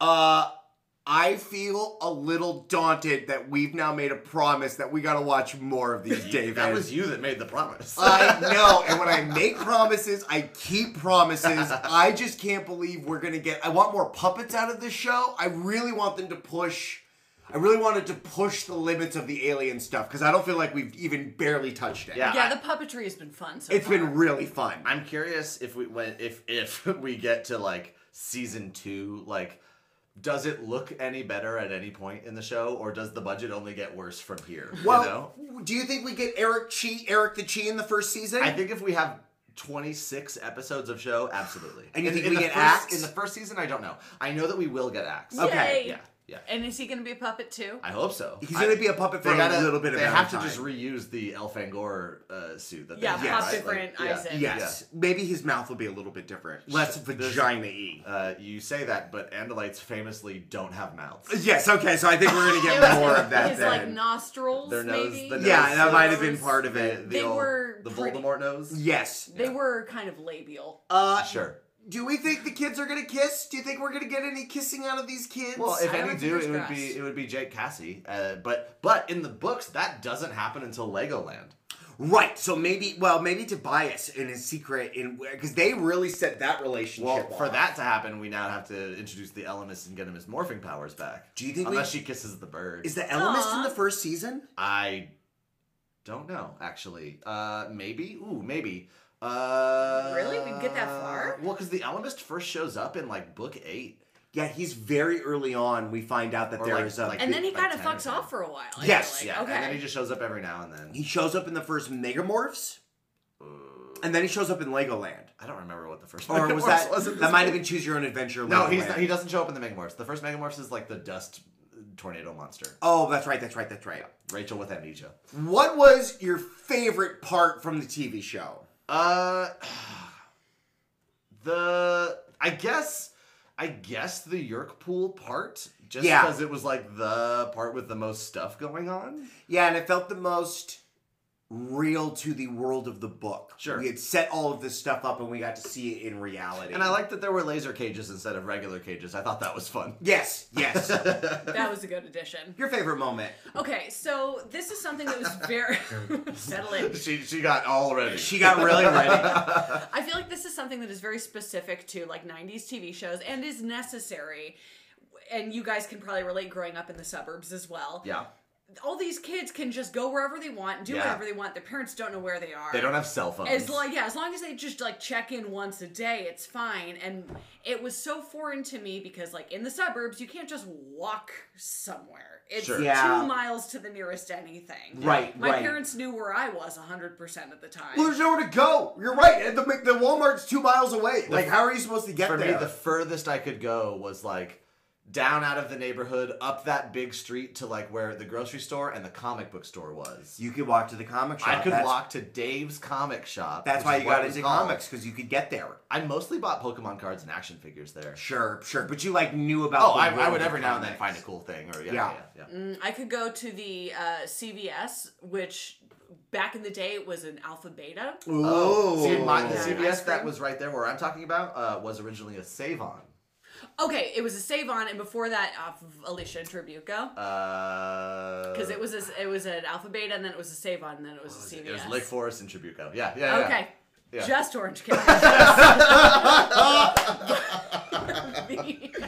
Speaker 2: Uh, I feel a little daunted that we've now made a promise that we got to watch more of these, David.
Speaker 3: That was you that made the promise.
Speaker 2: I know, and when I make promises, I keep promises. I just can't believe we're gonna get. I want more puppets out of this show. I really want them to push. I really wanted to push the limits of the alien stuff because I don't feel like we've even barely touched it.
Speaker 3: Yeah.
Speaker 4: Yeah, the puppetry has been fun. So
Speaker 2: It's
Speaker 4: far.
Speaker 2: been really fun.
Speaker 3: I'm curious if we when if if we get to like season two, like does it look any better at any point in the show, or does the budget only get worse from here? you know?
Speaker 2: well, do you think we get Eric Chi, Eric the Chi in the first season?
Speaker 3: I think if we have 26 episodes of show, absolutely.
Speaker 2: And you
Speaker 3: in,
Speaker 2: think
Speaker 3: in
Speaker 2: we
Speaker 3: the
Speaker 2: get
Speaker 3: first,
Speaker 2: acts?
Speaker 3: In the first season, I don't know. I know that we will get acts.
Speaker 4: Yay.
Speaker 2: okay,
Speaker 3: Yeah, yeah.
Speaker 4: And is he going to be a puppet too?
Speaker 3: I hope so.
Speaker 2: He's
Speaker 3: I-
Speaker 2: gonna be a puppet for
Speaker 3: they
Speaker 2: a
Speaker 3: gotta-
Speaker 2: little bit
Speaker 3: They
Speaker 2: amount
Speaker 3: have
Speaker 2: of
Speaker 3: to
Speaker 2: time.
Speaker 3: just reuse the Elf Angor uh, suit that
Speaker 4: Yeah,
Speaker 3: they have,
Speaker 2: pop
Speaker 3: right?
Speaker 4: different
Speaker 3: yeah.
Speaker 4: eyes in.
Speaker 2: yes, maybe his mouth will be a little bit different, less vagina y.
Speaker 3: Uh, you say that, but Andalites famously don't have mouths.
Speaker 2: Uh, Yes, okay, so I think we're gonna get more of that
Speaker 4: His
Speaker 2: then.
Speaker 4: like nostrils,
Speaker 3: Their nose-
Speaker 4: maybe.
Speaker 3: the nose-
Speaker 2: Yeah, that might have
Speaker 4: Nose.
Speaker 2: been part of
Speaker 3: the,
Speaker 2: it.
Speaker 3: the
Speaker 4: They
Speaker 3: old-
Speaker 4: were
Speaker 3: the
Speaker 4: pretty-
Speaker 3: Voldemort nose.
Speaker 2: Yes.
Speaker 4: They were kind of labial.
Speaker 2: Uh,
Speaker 3: Sure.
Speaker 2: do we think the kids are gonna kiss? Do you think we're gonna get any kissing out of these kids?
Speaker 3: Well, if
Speaker 4: I
Speaker 3: any
Speaker 4: would
Speaker 3: do, it
Speaker 4: fingers
Speaker 3: would be
Speaker 4: crossed.
Speaker 3: it would be Jake Cassie. Uh, but but in the books, that doesn't happen until Legoland.
Speaker 2: right. So maybe, well, maybe Tobias in his secret, in because they really set that
Speaker 3: Well,
Speaker 2: relationship.
Speaker 3: for
Speaker 2: off.
Speaker 3: that to happen, we now have to introduce the Elemis and get him his morphing powers back.
Speaker 2: Do you think we-
Speaker 3: Unless she kisses the bird,
Speaker 2: is the Elemist in
Speaker 4: Aw.
Speaker 2: the first season?
Speaker 3: I don't know actually. Uh, maybe. Ooh, maybe. Uh,
Speaker 4: Really? We'd get that far?
Speaker 3: Well, because the Elemist first shows up in like book eight.
Speaker 2: Yeah, he's very early on. We find out that
Speaker 3: Or,
Speaker 2: there is
Speaker 3: like-
Speaker 2: a.
Speaker 3: like
Speaker 4: And then he
Speaker 3: like
Speaker 4: kind of
Speaker 3: 10 or
Speaker 4: fucks
Speaker 3: 10.
Speaker 4: off for a while. I feel
Speaker 2: Yes,
Speaker 4: like.
Speaker 3: Yeah,
Speaker 4: Okay.
Speaker 3: and then he just shows up every now and then.
Speaker 2: he shows up in the first Megamorphs, and then he shows up in Legoland.
Speaker 3: I don't remember what the first
Speaker 2: Or
Speaker 3: Megamorphs
Speaker 2: was that
Speaker 3: was in
Speaker 2: that
Speaker 3: this
Speaker 2: might have
Speaker 3: movie.
Speaker 2: been Choose Your Own Adventure?
Speaker 3: No, he's
Speaker 2: Legoland.
Speaker 3: not, he doesn't show up in the Megamorphs. The first Megamorphs is like the dust tornado monster.
Speaker 2: Oh, that's right, that's right, that's right.
Speaker 3: Rachel with amnesia.
Speaker 2: What was your favorite part from the TV show?
Speaker 3: Uh, the I guess I guess the Yerk pool part just
Speaker 2: Yeah.
Speaker 3: because it was like the part with the most stuff going on.
Speaker 2: Yeah, and it felt the most real to the world of the book.
Speaker 3: Sure.
Speaker 2: We had set all of this stuff up and we got to see it in reality.
Speaker 3: And I liked that there were laser cages instead of regular cages. I thought that was fun.
Speaker 2: Yes, yes.
Speaker 4: that was a good addition.
Speaker 2: Your favorite moment.
Speaker 4: Okay, so this is something that was very settle in.
Speaker 3: she she got all ready.
Speaker 2: She got really ready.
Speaker 4: I feel like this is something that is very specific to like 90s TV shows and is necessary. And you guys can probably relate growing up in the suburbs as well.
Speaker 3: yeah.
Speaker 4: All these kids can just go wherever they want and do
Speaker 3: Yeah.
Speaker 4: whatever they want. Their parents don't know where they are.
Speaker 3: They don't have cell phones.
Speaker 4: As long, yeah, as long as they just like check in once a day, it's fine. And it was so foreign to me because, like, in the suburbs, you can't just walk somewhere. It's
Speaker 3: Sure.
Speaker 4: two
Speaker 2: Yeah.
Speaker 4: miles to the nearest anything.
Speaker 2: Right,
Speaker 4: My
Speaker 2: right.
Speaker 4: parents knew where I was hundred percent of the time.
Speaker 2: well, there's nowhere to go. You're right. and The, the Walmart's two miles away. Like, how are you supposed to get
Speaker 3: For
Speaker 2: there?
Speaker 3: me, the furthest I could go was like down out of the neighborhood, up that big street to like where the grocery store and the comic book store was.
Speaker 2: you could walk to the comic shop.
Speaker 3: I could
Speaker 2: that's,
Speaker 3: walk to Dave's comic shop.
Speaker 2: That's
Speaker 3: which
Speaker 2: why
Speaker 3: is
Speaker 2: you
Speaker 3: what
Speaker 2: got
Speaker 3: it was
Speaker 2: into
Speaker 3: called.
Speaker 2: comics because you could get there.
Speaker 3: I mostly bought Pokemon cards and action figures there.
Speaker 2: Sure, sure. But you like knew about.
Speaker 3: Oh,
Speaker 2: the
Speaker 3: I, I
Speaker 2: world
Speaker 3: would
Speaker 2: of
Speaker 3: every now and then
Speaker 2: comics.
Speaker 3: find a cool thing or yeah,
Speaker 2: Yeah.
Speaker 3: yeah, yeah. yeah.
Speaker 4: I could go to the uh, CVS, which back in the day was an Alpha Beta.
Speaker 2: Ooh.
Speaker 3: See, my, the
Speaker 4: Mm. Yeah.
Speaker 3: CVS
Speaker 4: Ice
Speaker 3: that
Speaker 4: cream.
Speaker 3: was right there where I'm talking about uh, was originally a Save On.
Speaker 4: Okay, it was a Save On, and before that, off of Alicia and Tribuco.
Speaker 3: Because Uh,
Speaker 4: Because it was a, it was an Alpha Beta, and then it was a Save On, and then it was a CVS.
Speaker 3: Oh, It was Lake Forest and Tribuco. Yeah, yeah, yeah.
Speaker 4: Okay.
Speaker 3: Yeah.
Speaker 4: Just Orange County.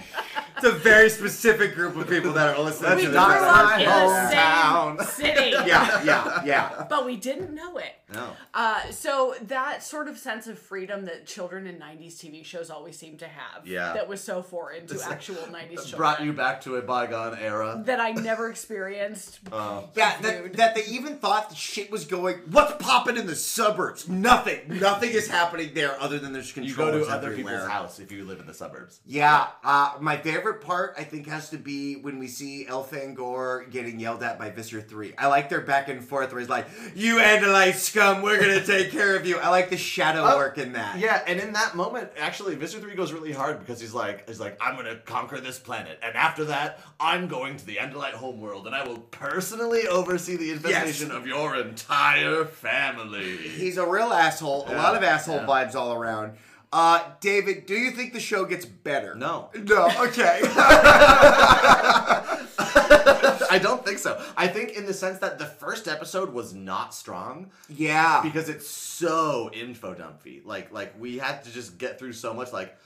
Speaker 2: It's a very specific group of people that are listening
Speaker 3: We
Speaker 2: to this.
Speaker 3: grew up
Speaker 4: in
Speaker 3: Hometown.
Speaker 4: the same city.
Speaker 2: Yeah, yeah, yeah.
Speaker 4: But we didn't know it.
Speaker 3: No.
Speaker 4: Uh, so that sort of sense of freedom that children in 90s TV shows always seem to have
Speaker 3: Yeah.
Speaker 4: that was so foreign to actual 90s children
Speaker 3: Brought you back to a bygone era.
Speaker 4: that I never experienced.
Speaker 3: Uh,
Speaker 2: Yeah, that, that they even thought the shit was going. What's popping in the suburbs? Nothing. Nothing is happening there other than there's
Speaker 3: You go
Speaker 2: controllers
Speaker 3: to other
Speaker 2: everywhere.
Speaker 3: people's house if you live in the suburbs.
Speaker 2: Yeah, uh, my favorite part I think has to be when we see Elfangor getting yelled at by Visser Three. I like their back and forth where he's like, "You Andalite scum, we're gonna take care of you." I like the shadow
Speaker 3: Oh,
Speaker 2: work in that.
Speaker 3: Yeah, and in that moment, actually, Visitor Three goes really hard because he's like, he's like, I'm gonna conquer this planet, and after that, I'm going to the Andalite homeworld, and I will personally oversee the infestation of your entire family.
Speaker 2: He's a real asshole. a
Speaker 3: Yeah,
Speaker 2: lot of asshole
Speaker 3: yeah.
Speaker 2: vibes all around. Uh, David, do you think the show gets better?
Speaker 3: No.
Speaker 2: No, okay.
Speaker 3: I don't think so. I think in the sense that the first episode was not strong
Speaker 2: yeah.
Speaker 3: because it's so info dumpy. Like, like we had to just get through so much. Like,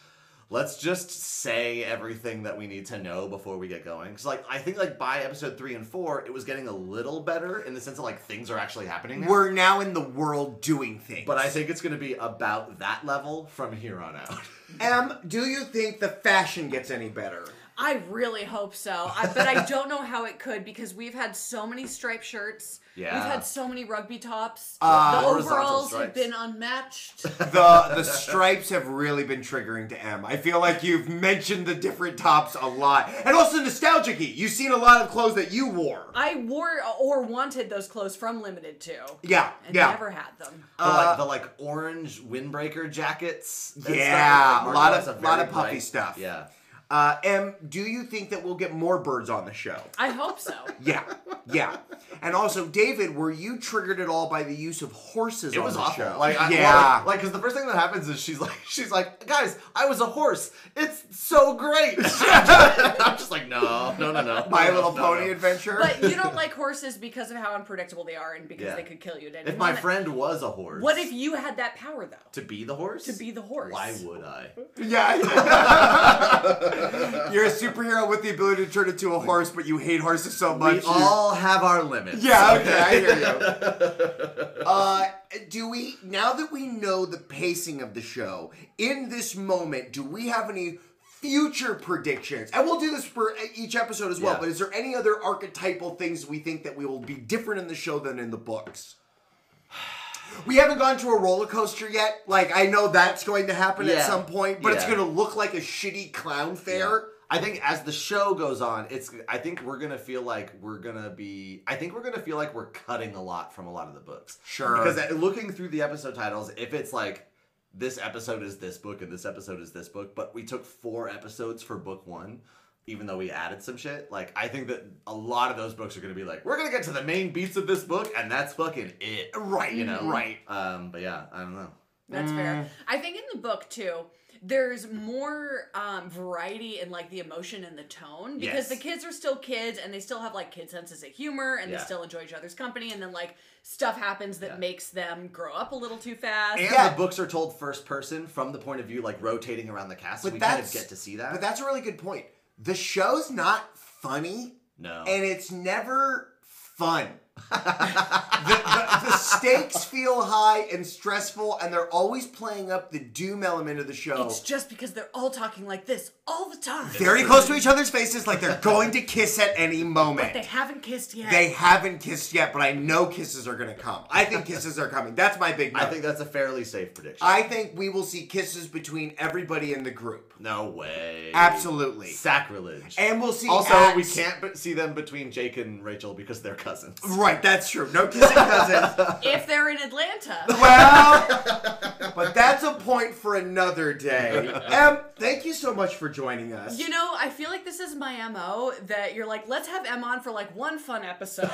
Speaker 3: let's just say everything that we need to know before we get going. Because, like, I think like by episode three and four, it was getting a little better in the sense that like things are actually happening. Now.
Speaker 2: We're now in the world doing things.
Speaker 3: But I think it's going to be about that level from here on out.
Speaker 2: Em, do you think the fashion gets any better?
Speaker 4: I really hope so. I, but I don't know how it could because we've had so many striped shirts.
Speaker 3: Yeah.
Speaker 4: We've had so many rugby tops. the
Speaker 3: Uh, horizontal
Speaker 4: overalls have
Speaker 3: stripes.
Speaker 4: been unmatched.
Speaker 2: The the stripes have really been triggering to Em. I feel like you've mentioned the different tops a lot. And also nostalgic You've seen a lot of clothes that you wore.
Speaker 4: I wore or wanted those clothes from Limited too.
Speaker 2: Yeah,
Speaker 4: And
Speaker 2: yeah.
Speaker 4: never had them.
Speaker 3: the,
Speaker 2: Uh,
Speaker 3: like, the like orange windbreaker jackets. and stuff.
Speaker 2: Yeah,
Speaker 3: Mark
Speaker 2: lot
Speaker 3: Lawrence
Speaker 2: of-
Speaker 3: is a very
Speaker 2: lot of puffy
Speaker 3: bright-
Speaker 2: stuff.
Speaker 3: Yeah.
Speaker 2: Uh, Em, do you think that we'll get more birds on the show?
Speaker 4: I hope so.
Speaker 2: Yeah, yeah. And also, David, were you triggered at all by the use of horses
Speaker 3: It
Speaker 2: on
Speaker 3: was
Speaker 2: the
Speaker 3: awful.
Speaker 2: show?
Speaker 3: Like, I,
Speaker 2: yeah.
Speaker 3: yeah, like because the first thing that happens is she's like, she's like, guys, I was a horse. It's so great. I'm just like, no, no, no, no.
Speaker 2: My
Speaker 3: no,
Speaker 2: Little
Speaker 3: no,
Speaker 2: Pony
Speaker 3: no.
Speaker 2: Adventure.
Speaker 4: But you don't like horses because of how unpredictable they are and because
Speaker 3: Yeah.
Speaker 4: they could kill you at any
Speaker 3: If my
Speaker 4: moment.
Speaker 3: friend was a horse,
Speaker 4: What if you had that power though?
Speaker 3: to be the horse?
Speaker 4: To be the horse.
Speaker 3: Why would I?
Speaker 2: yeah. You're a superhero with the ability to turn into a horse, but you hate horses so much.
Speaker 3: We
Speaker 2: you-
Speaker 3: all have our limits.
Speaker 2: Yeah, okay, I hear you. Uh, do we now that we know the pacing of the show in this moment? Do we have any future predictions? And we'll do this for e, each episode as well.
Speaker 3: Yeah.
Speaker 2: But is there any other archetypal things we think that we will be different in the show than in the books? We haven't gone to a roller coaster yet. Like I know that's going to happen at
Speaker 3: Yeah.
Speaker 2: some point, but it's
Speaker 3: Yeah.
Speaker 2: going to look like a shitty clown fair.
Speaker 3: Yeah. I think as the show goes on, it's. I think we're gonna feel like we're gonna be. I think we're gonna feel like we're cutting a lot from a lot of the books.
Speaker 2: Sure.
Speaker 3: Because uh, looking through the episode titles, if it's like this episode is this book and this episode is this book, but we took four episodes for book one, even though we added some shit. Like I think that a lot of those books are gonna be like, we're gonna get to the main beats of this book, and that's fucking it.
Speaker 2: Right.
Speaker 3: You know.
Speaker 2: Right.
Speaker 3: Um. But yeah, I don't know.
Speaker 4: That's
Speaker 3: Mm.
Speaker 4: fair. I think in the book too, there's more um, variety in like the emotion and the tone
Speaker 3: Yes.
Speaker 4: because the kids are still kids and they still have like kid senses of humor and they
Speaker 3: Yeah.
Speaker 4: still enjoy each other's company and then like stuff happens that
Speaker 3: Yeah.
Speaker 4: makes them grow up a little too fast.
Speaker 3: And
Speaker 2: Yeah.
Speaker 3: the books are told first person from the point of view, like rotating around the cast. So
Speaker 2: But
Speaker 3: we kind of
Speaker 2: that's-
Speaker 3: get to see that.
Speaker 2: But that's a really good point. The show's not funny,
Speaker 3: no.
Speaker 2: and it's never fun. the, the- the stakes feel high and stressful, and they're always playing up the doom element of the show.
Speaker 4: It's just because they're all talking like this all the time.
Speaker 2: very close to each other's faces, like they're going to kiss at any moment.
Speaker 4: They haven't kissed yet.
Speaker 2: They haven't kissed yet, but I know kisses are gonna come. I think kisses are coming. That's my big.
Speaker 3: I
Speaker 2: note.
Speaker 3: think that's a fairly safe prediction.
Speaker 2: I think we will see kisses between everybody in the group.
Speaker 3: no way.
Speaker 2: Absolutely.
Speaker 3: Sacrilege.
Speaker 2: And we'll see.
Speaker 3: also, we
Speaker 2: acts-
Speaker 3: can't be- see them between Jake and Rachel because they're cousins.
Speaker 2: Right, that's true. No kissing cousins.
Speaker 4: if they're in Atlanta.
Speaker 2: well, but that's a point for another day. Em, thank you so much for joining us.
Speaker 4: You know, I feel like this is my MO that you're like, let's have M on for like one fun episode.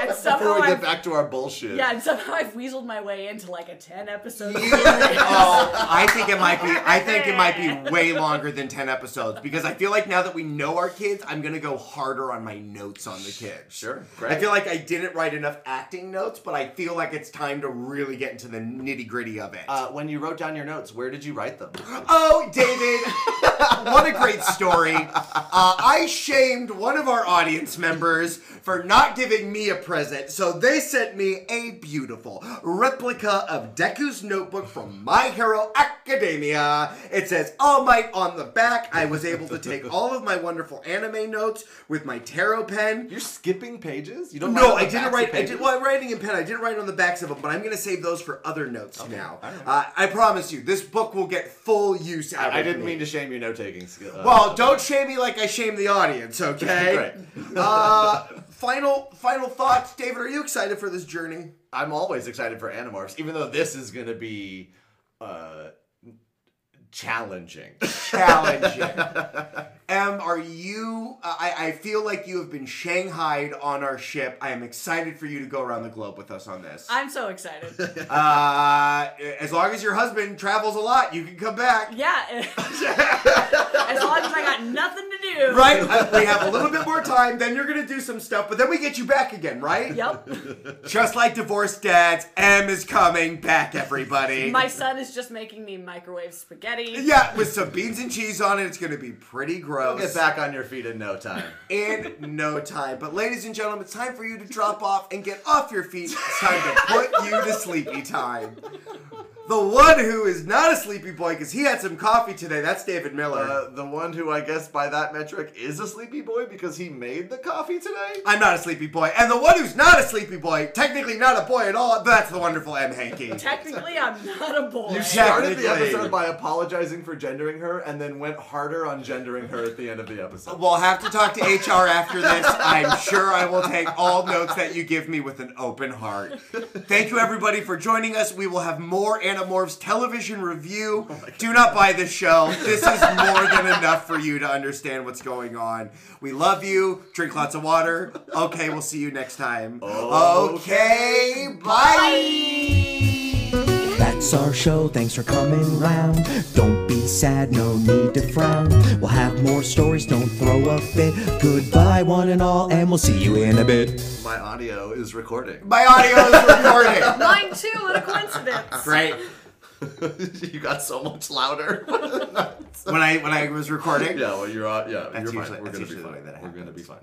Speaker 4: And somehow
Speaker 3: Before we
Speaker 4: I've
Speaker 3: get back to our bullshit.
Speaker 4: Yeah, and somehow I've weaseled my way into like a ten episode.
Speaker 2: You- oh, I think it might be. I think it might be way longer than ten episodes because I feel like now that we know our kids, I'm gonna go harder on my notes on the kids.
Speaker 3: Sure,
Speaker 2: I
Speaker 3: great.
Speaker 2: feel like I didn't write enough acting notes, but I feel like it's time to really get into the nitty gritty of it.
Speaker 3: Uh, when you wrote down your notes, where did you write them?
Speaker 2: Oh, David, what a great story. Uh, I shamed one of our audience members for not giving me a present, so they sent me a beautiful replica of Deku's notebook from My Hero Academia. It says All Might on the back. I was able to take all of my wonderful anime notes with my tarot pen.
Speaker 3: You're skipping pages. You don't. write
Speaker 2: No,
Speaker 3: on the
Speaker 2: I didn't
Speaker 3: backs of
Speaker 2: write. I
Speaker 3: pages?
Speaker 2: did. Well, I'm writing in pen. I didn't write on the backs of them, but I'm gonna save those for other notes now. Uh, I promise you, this book will get full use out. of
Speaker 3: I didn't
Speaker 2: me.
Speaker 3: mean to shame your note taking skill. uh,
Speaker 2: Well, don't shame me like I shame the audience, okay?
Speaker 3: Great.
Speaker 2: uh, final final thoughts, David. Are you excited for this journey?
Speaker 3: I'm always excited for Animorphs, even though this is gonna be uh, challenging.
Speaker 2: Challenging. Em, are you? Uh, I I feel like you have been shanghaied on our ship. I am excited for you to go around the globe with us on this.
Speaker 4: I'm so excited.
Speaker 2: Uh, as long as your husband travels a lot, you can come back.
Speaker 4: Yeah. as long as I got nothing to do.
Speaker 2: Right? Uh, we have a little bit more time, then you're gonna do some stuff, but then we get you back again, right?
Speaker 4: Yep.
Speaker 2: Just like divorced dads, M is coming back, everybody.
Speaker 4: My son is just making me microwave spaghetti.
Speaker 2: Yeah, with some beans and cheese on it. It's going to be pretty
Speaker 3: You'll
Speaker 2: gross
Speaker 3: get back on your feet in no time.
Speaker 2: in no time. But, ladies and gentlemen, it's time for you to drop off and get off your feet. It's time to put you to sleepy time. The one who is not a sleepy boy because he had some coffee today, that's David Miller.
Speaker 3: Uh, the one who I guess by that metric is a sleepy boy because he made the coffee today.
Speaker 2: I'm not a sleepy boy. And the one who's not a sleepy boy, technically not a boy at all, that's the wonderful M. Hankey.
Speaker 4: Technically, I'm not a boy.
Speaker 3: You started the
Speaker 2: Technically.
Speaker 3: episode by apologizing for gendering her, and then went harder on gendering her at the end of the episode.
Speaker 2: We'll have to talk to HR after this. I'm sure I will take all notes that you give me with an open heart. Thank you, everybody, for joining us. We will have more Animorphs television review. Do not buy this show. This is more than enough for you to understand what's going on. We love you. Drink lots of water. Okay, we'll see you next time. Okay, bye.
Speaker 1: That's our show, thanks for coming round. Don't be sad, no need to frown. We'll have more stories, don't throw a fit. Goodbye, one and all, and we'll see you in a bit.
Speaker 3: My audio is recording.
Speaker 2: My audio is recording.
Speaker 4: Mine too. What a coincidence.
Speaker 2: Great.
Speaker 3: you got so much louder.
Speaker 2: When I when I was recording.
Speaker 3: yeah, well, you're on. Yeah,
Speaker 2: That's
Speaker 3: you're
Speaker 2: usually-
Speaker 3: fine. We're
Speaker 2: that's
Speaker 3: gonna be
Speaker 2: usually the way
Speaker 3: fine.
Speaker 2: that it
Speaker 3: We're gonna be
Speaker 2: happens.
Speaker 3: fine.